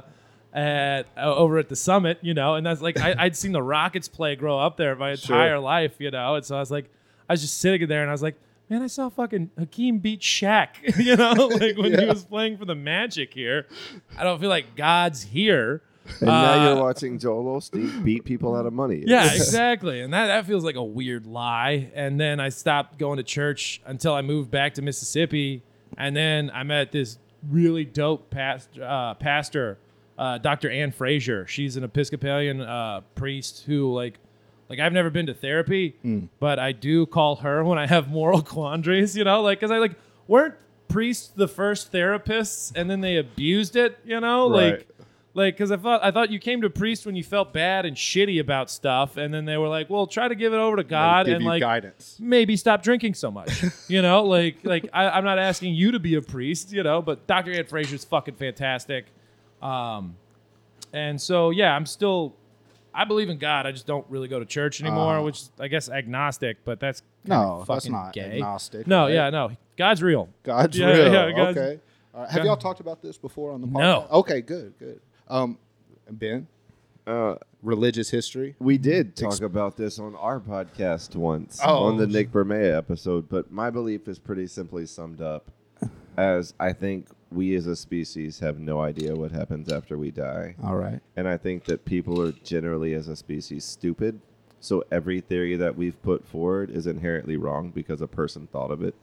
A: at uh, over at the summit, you know, and that's like I, I'd seen the Rockets play grow up there my
C: Sure.
A: entire life, you know, and so I was like, I was just sitting there, and I was like. Man, I saw fucking Hakeem beat Shaq, you know, like when he
C: Yeah.
A: was playing for the Magic here. I don't feel like God's here.
B: And now
A: Uh,
B: you're watching Joel Osteen beat people out of money.
A: yeah,
B: It's-
A: exactly. And that, that feels like a weird lie. And then I stopped going to church until I moved back to Mississippi. And then I met this really dope past, uh, pastor, uh, Dr. Ann Frazier. She's an Episcopalian uh, priest who, like, like I've never been to therapy, but I do call her when I have moral quandaries, you know, like, because I like, weren't priests the first therapists and then they abused it, you know?
B: Right.
A: Like, like, because I thought I thought you came to priest when you felt bad and shitty about stuff, and then they were like, "Well, try to give it over to God
C: give
A: and
C: you
A: like
C: guidance.
A: maybe stop drinking so much." you know, like like I, I'm not asking you to be a priest, you know, but Dr. Ed Frazier's fucking fantastic, um, and so yeah, I'm still I believe in God. I just don't really go to church anymore,
C: Ah.
A: which is, I guess agnostic, but that's
C: No, that's
A: fucking
C: not
A: gay.
C: agnostic.
A: No,
C: right?
A: yeah, no. God's real.
C: God's
A: Yeah,
C: real.
A: yeah, God's-
C: okay. All right. Have
A: God-
C: y'all talked about this before on the podcast?
A: No.
C: Okay, good, good. Um, ben,
B: Uh,
C: religious history.
B: we did talk about this on our podcast once
C: Oh.
B: on the Nick Bermea episode, but my belief is pretty simply summed up as I think we as a species have no idea what happens after we die.
C: All right.
B: And I think that people are generally, as a species, stupid. So every theory that we've put forward is inherently wrong because a person thought of it.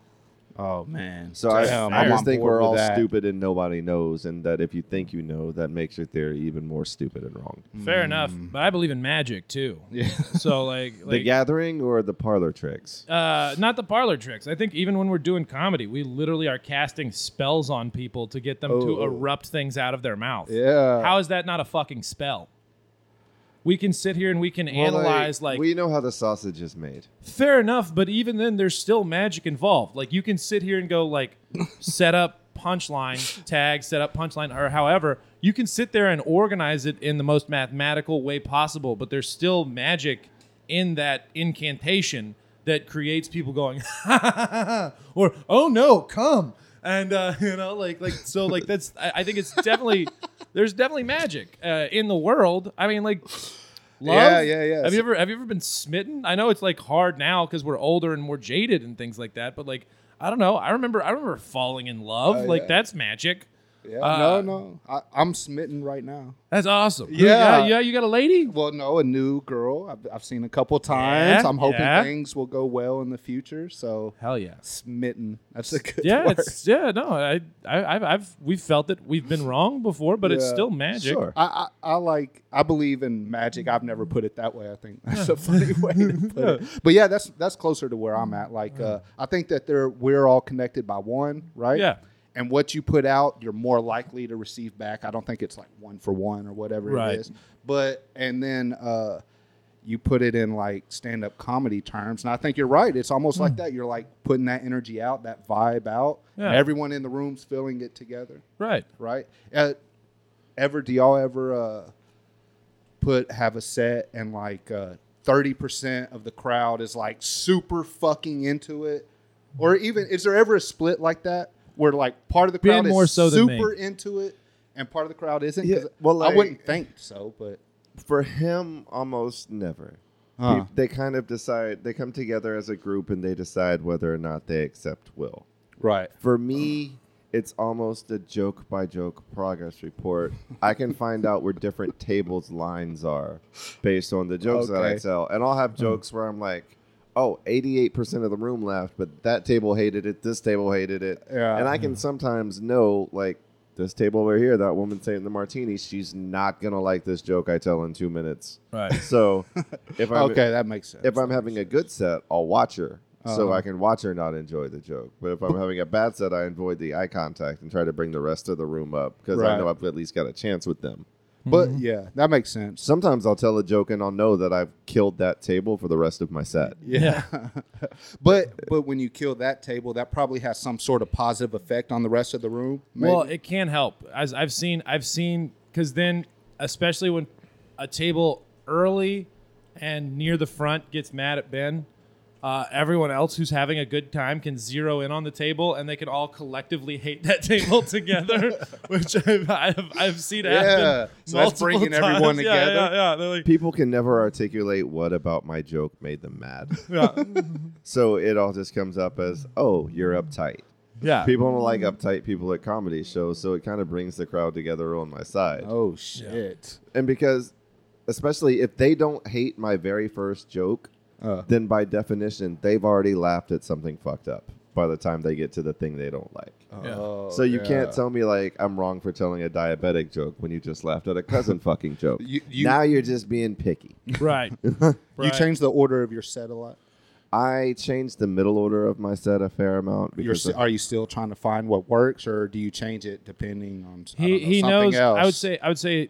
C: Oh man.
B: So I,
C: Damn,
B: I
C: I'm
B: just
C: on
B: think
C: board
B: we're
C: with
B: all
C: that.
B: stupid and nobody knows, and that if you think you know, that makes your theory even more stupid and wrong.
A: Fair enough. But I believe in magic too.
C: Yeah.
A: So like, like
B: the gathering or the parlor tricks?
A: uh, not the parlor tricks. I think even when we're doing comedy, we literally are casting spells on people to get them to
C: Oh.
A: erupt things out of their mouth.
C: Yeah.
A: How is that not a fucking spell? We can sit here and we can analyze like
B: we know how the sausage is made.
A: fair enough, but even then there's still magic involved. Like you can sit here and go like set up punchline tag, set up punchline or however, you can sit there and organize it in the most mathematical way possible, but there's still magic in that incantation that creates people going or oh no, come. And uh, you know, like, like, so, like, that's. I, I think it's definitely there's definitely magic uh, in the world. I mean, like, love.
C: Yeah, yeah, yeah.
A: Have you ever have you ever been smitten? I know it's like hard now because we're older and more jaded and things like that. But like, I don't know. I remember I remember falling in love.
C: Oh,
A: like
C: yeah.
A: that's magic.
C: Yeah,
A: Uh,
C: no, no. I, I'm smitten right now.
A: That's awesome. Who-
C: Yeah.
A: yeah, yeah. You got a lady.
C: Well, no, a new girl. I've, I've seen a couple times.
A: Yeah,
C: I'm hoping
A: yeah.
C: things will go well in the future. So
A: Hell yeah.
C: smitten. That's a good
A: Yeah,
C: word.
A: it's yeah. No, I, I, I've, I've, we've felt it. We've been wrong before, but it's
C: Yeah,
A: still magic.
B: Sure.
C: I, I, I like I believe in magic. I've never put it that way. I think that's a funny way to put it. But yeah, that's that's closer to where I'm at. Like uh, I think that they're we're all connected by one, right?
A: Yeah.
C: And what you put out, you're more likely to receive back. I don't think it's like one for one or whatever
A: Right.
C: it is. But and then uh, you put it in like stand up comedy terms, and I think you're right. It's almost like that. You're like putting that energy out, that vibe out.
A: Hmm. Yeah.
C: And everyone in the room's feeling it together
A: Right.
C: right? Uh, ever do y'all ever uh, put have a set and like uh, thirty percent of the crowd is like super fucking into it, or even is there ever a split like that where like part of the
A: Ben
C: crowd
A: more
C: is
A: so than me.
C: super into it and part of the crowd isn't?
B: Yeah,
C: 'Cause
B: well,
C: I
B: like-
C: wouldn't think so, but
B: For him, almost never.
C: Huh.
B: Pe- They kind of decide. They come together as a group and they decide whether or not they accept Will.
C: right.
B: For me, it's almost a joke by joke progress report. I can find out where different tables' lines are based on the jokes that I
C: Okay.
B: tell. And I'll have jokes where I'm like, oh, 88% of the room laughed, but that table hated it, this table hated it.
C: Yeah.
B: And I can sometimes know, like, this table over here, that woman saying the martini, she's not going to like this joke I tell in two minutes.
A: Right.
B: So if I'm,
C: Okay, that makes sense.
B: if I'm having a good set, I'll watch her so
C: Uh-huh.
B: I can watch her not enjoy the joke. But if I'm having a bad set, I avoid the eye contact and try to bring the rest of the room up because I
C: Right.
B: know I've at least got a chance with them.
A: Mm-hmm.
C: but yeah, that makes sense.
B: Sometimes I'll tell a joke and I'll know that I've killed that table for the rest of my set.
C: Yeah. but but when you kill that table, that probably has some sort of positive effect on the rest of the room. maybe?
A: Well, it can help. As I've seen, I've seen because then, especially when a table early and near the front gets mad at Ben, uh, everyone else who's having a good time can zero in on the table and they can all collectively hate that table together, which I've, I've, I've seen
C: Yeah.
A: happen.
C: So that's
A: multiple
C: bringing
A: times.
C: everyone
A: Yeah,
C: together.
A: Yeah, yeah. They're like,
B: People can never articulate what about my joke made them mad.
A: yeah,
B: so it all just comes up as, oh, you're uptight.
A: yeah.
B: People don't like uptight people at comedy shows, so it kind of brings the crowd together on my side.
C: Oh shit!
B: and because especially if they don't hate my very first joke
C: Uh.
B: then by definition they've already laughed at something fucked up by the time they get to the thing they don't like
A: Yeah.
C: Oh,
B: so you
C: yeah.
B: can't tell me like i'm wrong for telling a diabetic joke when you just laughed at a cousin fucking joke
C: You- you-
B: now you're just being picky
A: Right.
C: You
A: Right.
C: change the order of your set a lot.
B: i changed the middle order of my set a fair amount
C: Your
B: because
C: se- are you still trying to find what works, or do you change it depending on
A: he
C: I don't know,
A: he
C: something
A: knows
C: Else?
A: i would say i would say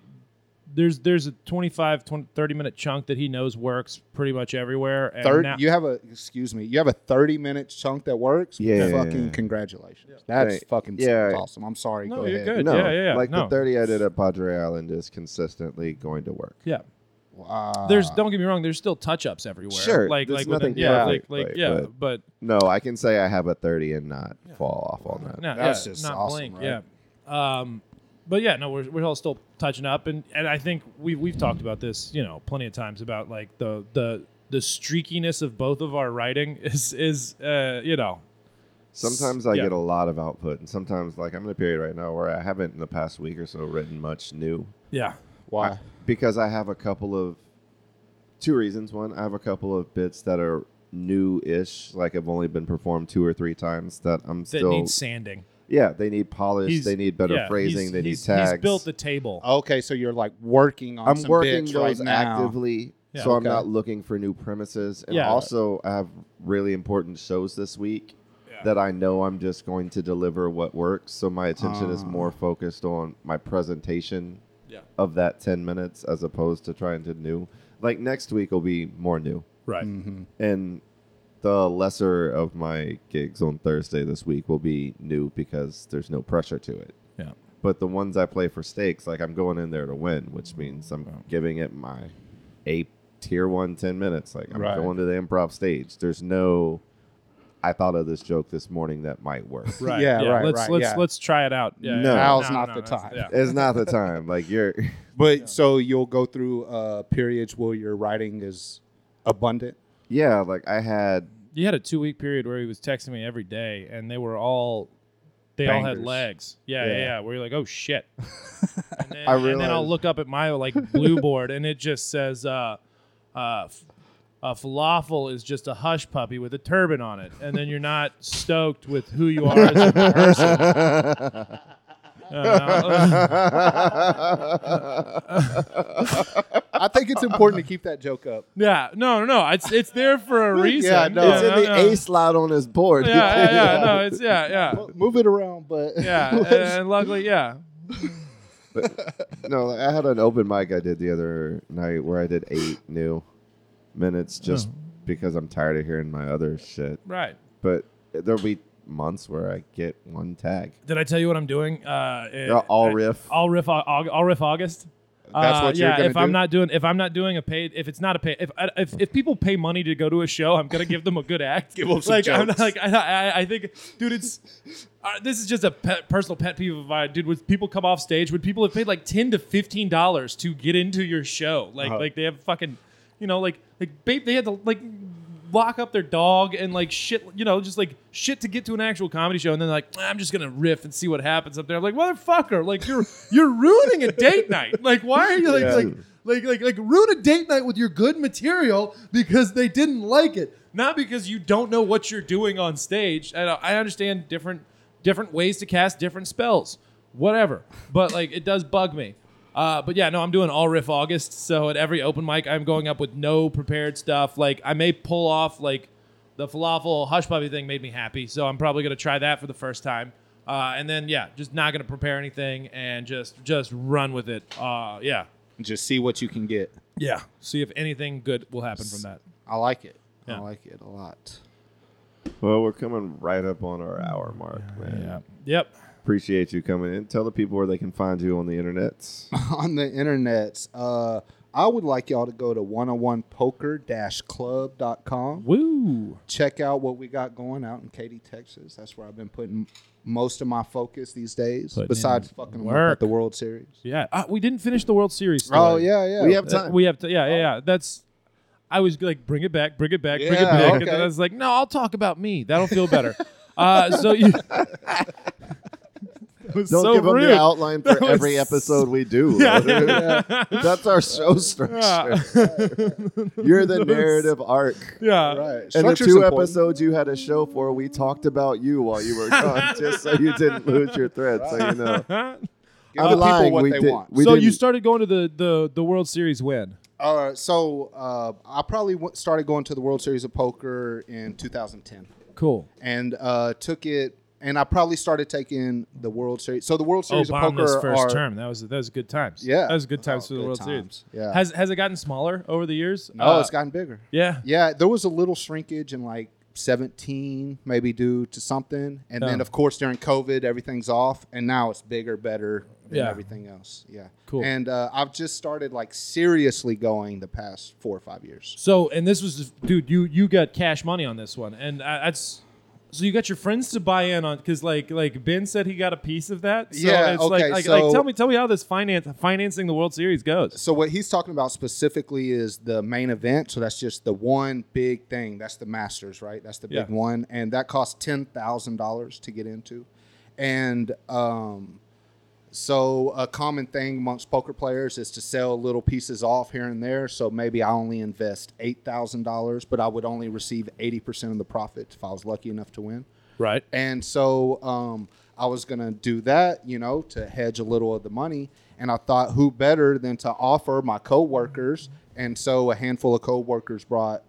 A: there's there's a 25 20, 30 minute chunk that he knows works pretty much everywhere and
C: third.
A: now-
C: you have a excuse me. You have a thirty minute chunk that works.
B: Yeah.
C: Fucking congratulations. That's
B: Right.
C: fucking
B: Yeah.
C: awesome. I'm sorry.
A: No,
C: Go
A: you're
C: ahead.
A: good.
B: no
A: Yeah, yeah, yeah.
B: like
A: No.
B: the 30 i did at padre island is consistently going to work
A: yeah
C: Wow.
A: There's don't get me wrong. There's still touch ups everywhere.
B: Sure,
A: like like
B: there's
A: with
B: nothing
A: it- yeah,
B: perfect,
A: like,
B: like,
A: like yeah, but,
B: but- No, I can say I have a 30 and not fall off on that.
A: no,
C: That's
A: yeah,
C: just
A: not
C: awesome,
A: blink,
C: right?
A: yeah. Um, but yeah, no, we're, we're all still touching up, and, and I think we we've talked about this, you know, plenty of times about like the the the streakiness of both of our writing is is uh, you know
B: Sometimes I
A: Yeah.
B: get a lot of output, and sometimes, like, I'm in a period right now where I haven't in the past week or so written much new
A: yeah Uh.
C: Why?
B: because I have a couple of two reasons. One, I have a couple of bits that are new-ish, like have only been performed two or three times that I'm
A: that
B: still
A: needs sanding.
B: yeah. They need polish.
A: He's-
B: they need better
A: yeah,
B: phrasing.
A: he's-
B: They need
A: he's-
B: tags.
A: He's built the table.
C: Okay, so you're like working on.
B: I'm
C: some
B: working
C: bits
B: those
C: right now.
B: actively,
A: Yeah.
B: so I'm
C: Okay.
B: not looking for new premises. And
A: Yeah.
B: also, I have really important shows this week
A: Yeah.
B: that I know I'm just going to deliver what works. So my attention
C: Ah.
B: is more focused on my presentation
A: Yeah.
B: of that 10 minutes as opposed to trying to new. Like next week will be more new.
A: Right.
C: Mm-hmm.
B: And the lesser of my gigs on Thursday this week will be new because there's no pressure to it
A: Yeah.
B: but the ones I play for stakes, like I'm going in there to win, which means I'm giving it my a tier one 10 minutes. Like I'm
C: Right.
B: going to the improv stage. There's no, I thought of this joke this morning that might work.
A: Right.
C: Yeah, right,
A: Let's
C: right,
A: let's
C: yeah.
A: let's try it out. Yeah,
B: No.
A: yeah.
C: Now's not the
A: that's-
C: time.
A: yeah.
B: it's not the time. Like you're,
C: But so you'll go through uh, periods where your writing is abundant.
B: yeah. Like I had,
A: you had a two week period where he was texting me every day, and they were all they all had
C: Bangers.
A: legs. Yeah, yeah,
B: Yeah.
A: yeah. Where you're like, oh shit. and, then, and then
B: I
A: I'll
B: realized-
A: look up at my like blue board, and it just says, uh, uh, f- uh, falafel is just a hush puppy with a turban on it, and then you're not stoked with who you are as a person. Uh,
C: I think it's important to keep that joke up.
A: yeah, no, no, no. It's it's there for a reason.
B: yeah, no, it's in the
A: no.
B: A slot on his board.
A: Yeah, yeah, yeah, no, it's yeah, yeah,
C: Well, Move it around, but
A: yeah, uh, and, and luckily, yeah,
B: no, like, I had an open mic I did the other night where I did eight new minutes
A: Oh.
B: just because I'm tired of hearing my other shit.
A: right.
B: But there'll be months where I get one tag.
A: Did I tell you what I'm doing? Uh,
B: Yeah, all
A: uh,
B: riff.
A: All riff. Au- Aug- All riff. August. Uh,
C: That's what you're
A: yeah,
C: gonna
A: if I'm
C: do?
A: not doing, if I'm not doing a paid, if it's not a paid, if, I- if if people pay money to go to a show, I'm gonna give them a good act. give
C: them some
A: like, I'm
C: jokes.
A: like I, I, I think, dude, it's uh, this is just a pet, personal pet peeve of mine, dude. When people come off stage, when people have paid like ten to fifteen dollars to get into your show, like
C: Uh-huh.
A: like they have fucking, you know, like like babe, they had to like lock up their dog and like shit, you know, just like shit to get to an actual comedy show, and then like "Ah, I'm just gonna riff and see what happens up there. I'm like, motherfucker, like you're you're ruining a date night. Like why are you like
B: Yeah.
A: like like like like ruin a date night with your good material because they didn't like it, not because you don't know what you're doing on stage. And I, I understand different different ways to cast different spells, whatever. But like it does bug me. Uh, but yeah, no, I'm doing all riff August. So at every open mic, I'm going up with no prepared stuff. Like I may pull off like the falafel hush puppy thing made me happy, so I'm probably gonna try that for the first time. Uh, and then yeah, just not gonna prepare anything and just just run with it. Uh, yeah,
C: just see what you can get.
A: yeah. See if anything good will happen from that.
C: I like it. I
A: Yeah.
C: like it a lot.
B: Well, we're coming right up on our hour mark, man.
A: Yep.
B: Appreciate you coming in. Tell the people where they can find you on the internet.
C: on the internet. Uh, I would like y'all to go to 101poker-club.com.
A: Woo.
C: Check out what we got going out in Katy, Texas. That's where I've been putting most of my focus these days,
A: Putting in
C: besides fucking work.
A: work.
C: at the World Series.
A: Yeah. Uh, we didn't finish the World Series. Story.
C: Oh, yeah, yeah.
B: We have
A: Uh,
B: time.
A: we have to. Yeah, yeah, yeah. That's. I was like, bring it back, bring it back, bring it
C: Yeah,
A: back,
C: okay.
A: and then I was like, no, I'll talk about me. That'll feel better. uh, so you. That was
B: Don't
A: so
B: give
A: rude.
B: them the outline for
A: That was-
B: every episode we do. That's our show structure.
A: Yeah,
B: You're the narrative arc.
A: yeah.
C: Right.
B: And the
C: Structure's
B: two
C: important.
B: episodes you had a show for, we talked about you while you were gone, just so you didn't lose your thread. So you know,
A: Huh?
B: I'm
C: Give the people
B: lying.
C: what
B: we
C: they
B: did-
C: want.
B: we
A: so you
B: didn't-
A: started going to the the, the World Series when?
C: Uh, so uh, I probably w- started going to the World Series of Poker in 2010.
A: Cool.
C: and uh, took it. And I probably started taking the World Series. So the World
A: Oh,
C: Series of
A: bomb
C: Poker
A: this first
C: are,
A: term. That was that was good times.
C: Yeah.
A: that was good times
C: Oh,
A: for the
C: good
A: World
C: times.
A: Series.
C: Yeah.
A: Has has it gotten smaller over the years?
C: Oh,
A: Uh,
C: it's gotten bigger.
A: Yeah.
C: Yeah, there was a little shrinkage in like 17, maybe due to something. And then
A: Yeah.
C: of course during COVID, everything's off, and now it's bigger, better, and
A: Yeah.
C: everything else. Yeah.
A: Cool.
C: And uh, I've just started like seriously going the past four or five years.
A: So, and this was, dude, you you got cash money on this one, and I, that's so you got your friends to buy in on because like like Ben said he got a piece of that. So
C: Yeah,
A: It's
C: okay,
A: like, like, like,
C: so-
A: tell me tell me how this finance financing the World Series goes.
C: So what he's talking about specifically is the main event. So that's just the one big thing. That's the Masters, right? That's the big
A: Yeah.
C: one, and that costs ten thousand dollars to get into. And um, So a common thing amongst poker players is to sell little pieces off here and there. So maybe I only invest eight thousand dollars, but I would only receive eighty percent of the profit if I was lucky enough to win.
A: Right.
C: And so um, I was gonna do that, you know, to hedge a little of the money. And I thought, who better than to offer my coworkers? And so a handful of coworkers brought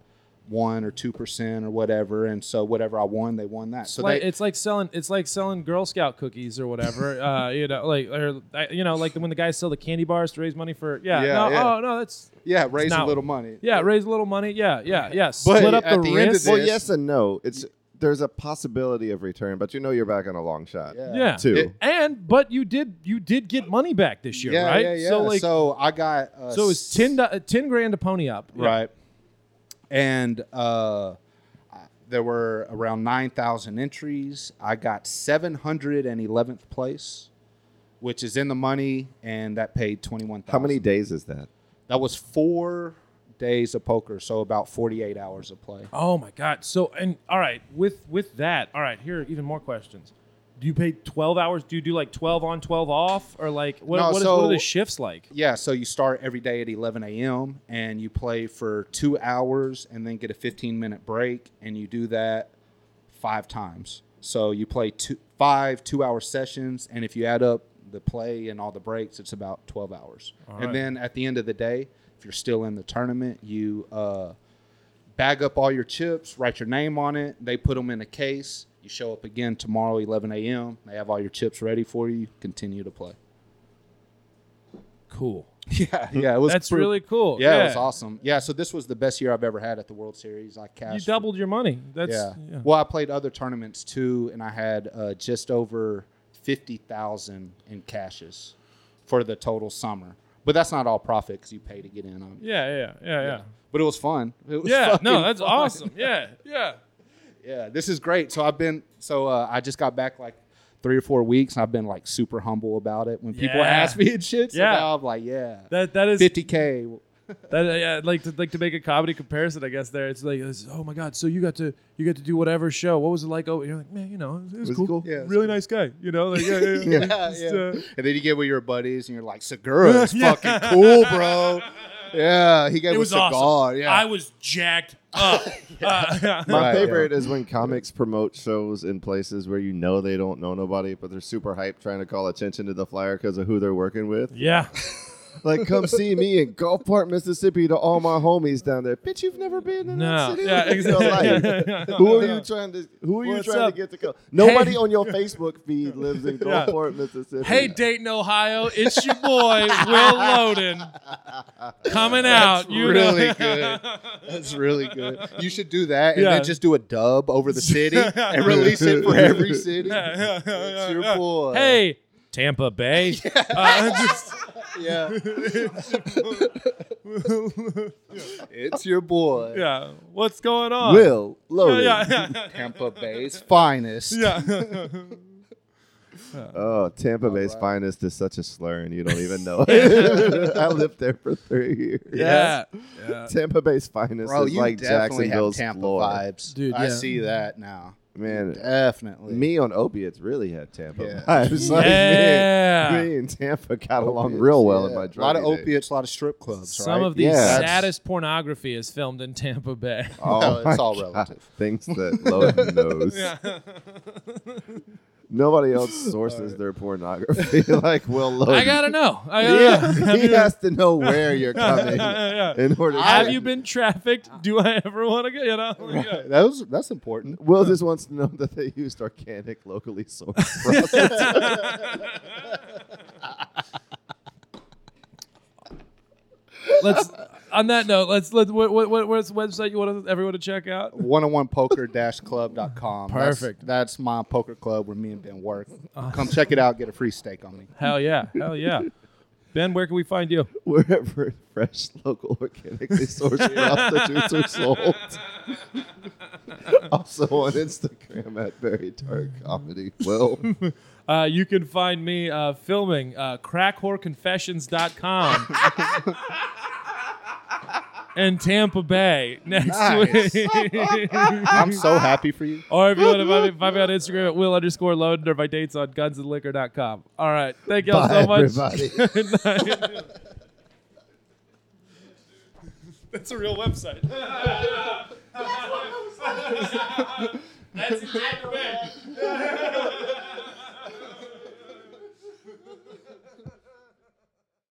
C: one or two percent or whatever. And so whatever I won, they won that. So
A: like,
C: they,
A: it's like selling it's like selling Girl Scout cookies or whatever. uh, you know, like or uh, you know, like when the guys sell the candy bars to raise money for yeah.
C: Yeah,
A: no,
C: yeah.
A: Oh no, that's
C: yeah, raise a
A: not-
C: little money.
A: yeah, raise a little money. Yeah, yeah, yeah.
C: But
A: Split up the,
C: at the end of
A: risk.
B: Well,
C: This-
B: yes and no. It's there's a possibility of return, but you know you're back on a long shot.
A: yeah.
B: Too.
C: It-
A: And but you did you did get money back this year,
C: yeah,
A: right?
C: Yeah, yeah.
A: So like so,
C: I got uh,
A: it was 10, do- uh, 10 grand to pony up. Yeah.
C: right, and uh, I- there were around nine thousand entries. I got seven hundred and eleventh place, which is in the money, and that paid twenty one.
B: How many days is that?
C: That was four days of poker, so about forty eight hours of play.
A: Oh my god. So and all right, with with that, all right, here are even more questions. Do you pay 12 hours? Do you do like 12 on, 12 off or like what
C: No,
A: what, is- what
C: so-
A: are the shifts like?
C: Yeah, so you start every day at 11 a.m. and you play for two hours and then get a 15 minute break, and you do that five times. So you play two, five two hour sessions, and if you add up the play and all the breaks, it's about 12 hours. and
A: right.
C: then at the end of the day, if you're still in the tournament, you uh, bag up all your chips, write your name on it. They put them in a case. You show up again tomorrow, 11 a.m. They have all your chips ready for you. Continue to play.
A: Cool.
C: Yeah, yeah, it was
A: That's
C: pr-
A: really cool.
C: yeah, it was awesome. Yeah, so this was the best year I've ever had at the World Series. I cashed.
A: You doubled your money. That's
C: Yeah.
A: yeah.
C: Well, I played other tournaments too, and I had uh, just over fifty thousand in cashes for the total summer. But that's not all profit because you pay to get in. On it.
A: Yeah, yeah, yeah, yeah.
C: But it was fun. It was
A: Yeah,
C: fucking
A: no, that's
C: fun.
A: awesome. Yeah, yeah.
C: Yeah, this is great. So I've been. So uh, I just got back like three or four weeks, and I've been like super humble about it. When people
A: Yeah.
C: ask me and shit, so
A: Yeah.
C: now I'm like, yeah,
A: That that is
C: fifty k.
A: that uh, yeah, I'd like to like to make a comedy comparison, I guess there. It's like it's, oh my god, so you got to you got to do whatever show. What was it like? Oh, you're like, man, you know, it was,
B: Was it
A: cool.
B: cool? Yeah,
C: it was
A: really nice guy. You know, like yeah, yeah, yeah.
C: yeah,
A: Just,
C: yeah.
A: uh,
C: and then you get with your buddies and you're like, Segura is
A: Yeah.
C: fucking cool, bro. Yeah, he gave
A: It
C: us
A: was
C: cigar.
A: awesome.
C: Yeah,
A: I was jacked up. Uh,
B: My
C: Right, yeah.
B: favorite is when comics promote shows in places where you know they don't know nobody, but they're super hyped trying to call attention to the flyer because of who they're working with.
A: yeah.
B: Like, come see me in Gulfport, Mississippi to all my homies down there. Bitch, you've never been in
A: No.
B: that city.
A: Yeah,
B: in your life.
A: exactly.
B: Who are you trying to? Who are you
A: What's
B: trying
A: up?
B: to get to go? Nobody on your Facebook feed lives in
A: Yeah.
B: Gulfport, Mississippi.
A: Hey, Dayton, Ohio, it's your boy Will Loden coming out. You know-
C: really good. That's really good. You should do that and
A: Yeah.
C: then just do a dub over the city and release it for every city.
A: Yeah, yeah, yeah,
C: It's your
A: yeah.
C: boy.
A: Hey, Tampa Bay. Uh, just-
C: yeah, it's your boy.
A: yeah. What's going on? Oh,
B: Will Loden.
A: Yeah, yeah, yeah.
C: Tampa Bay's finest.
A: yeah.
B: Oh, Tampa Bay's finest is such a slur, and you don't even know it. I lived there for three years.
A: Yeah. yeah.
B: Tampa Bay's finest
C: Uh, Bro,
B: is
C: you
B: like
C: definitely have
B: Jacksonville's
C: Tampa
B: floor.
C: vibes.
A: Dude,
C: I
A: yeah.
C: see that now.
B: Man,
C: Definitely.
B: me on opiates really had Tampa
C: Yeah.
B: vibes. Like,
A: Yeah.
B: me, me and Tampa got along
C: Opiates,
B: real well in
C: yeah.
B: my
C: A lot of
B: druggy days.
C: opiates, a lot of strip clubs.
A: Some
C: right?
A: of the
B: Yeah.
A: saddest pornography is filmed in Tampa Bay.
B: Oh,
C: Well, it's
B: my
C: all
B: God.
C: relative.
B: Things that Loden knows. Nobody else sources their pornography like Will Loden.
A: I gotta know. I gotta know.
B: yeah,
A: Have
B: he
A: you,
B: has to know where you're coming
A: Yeah.
B: in order. to-
A: have you been trafficked? Do I ever want to get? You know, Oh like, yeah.
C: that was that's important.
B: Will just wants to know that they used organic, locally sourced process.
A: let's. on that note, let's let what what what- what's the website you want everyone to check out?
C: 101poker-club.com.
A: Perfect. Uh,
C: That's, that's my poker club where me and Ben work. Come check it out. Get a free steak on me.
A: Hell yeah, hell yeah. Ben, where can we find you?
B: Wherever fresh, local, organically sourced prostitutes are sold. also on Instagram at Very Dark Comedy. Well,
A: Uh, you can find me uh, filming uh, crackhorrorconfessions.com in Tampa Bay next
C: Nice.
A: week.
C: I'm so happy for you.
A: or if you want to find me, find me on Instagram at will underscore loaded or my dates on gunsandliquor.com. All right. Thank y'all
B: bye,
A: so much.
B: everybody.
A: Good night. That's a real website. That's in Tampa Bay.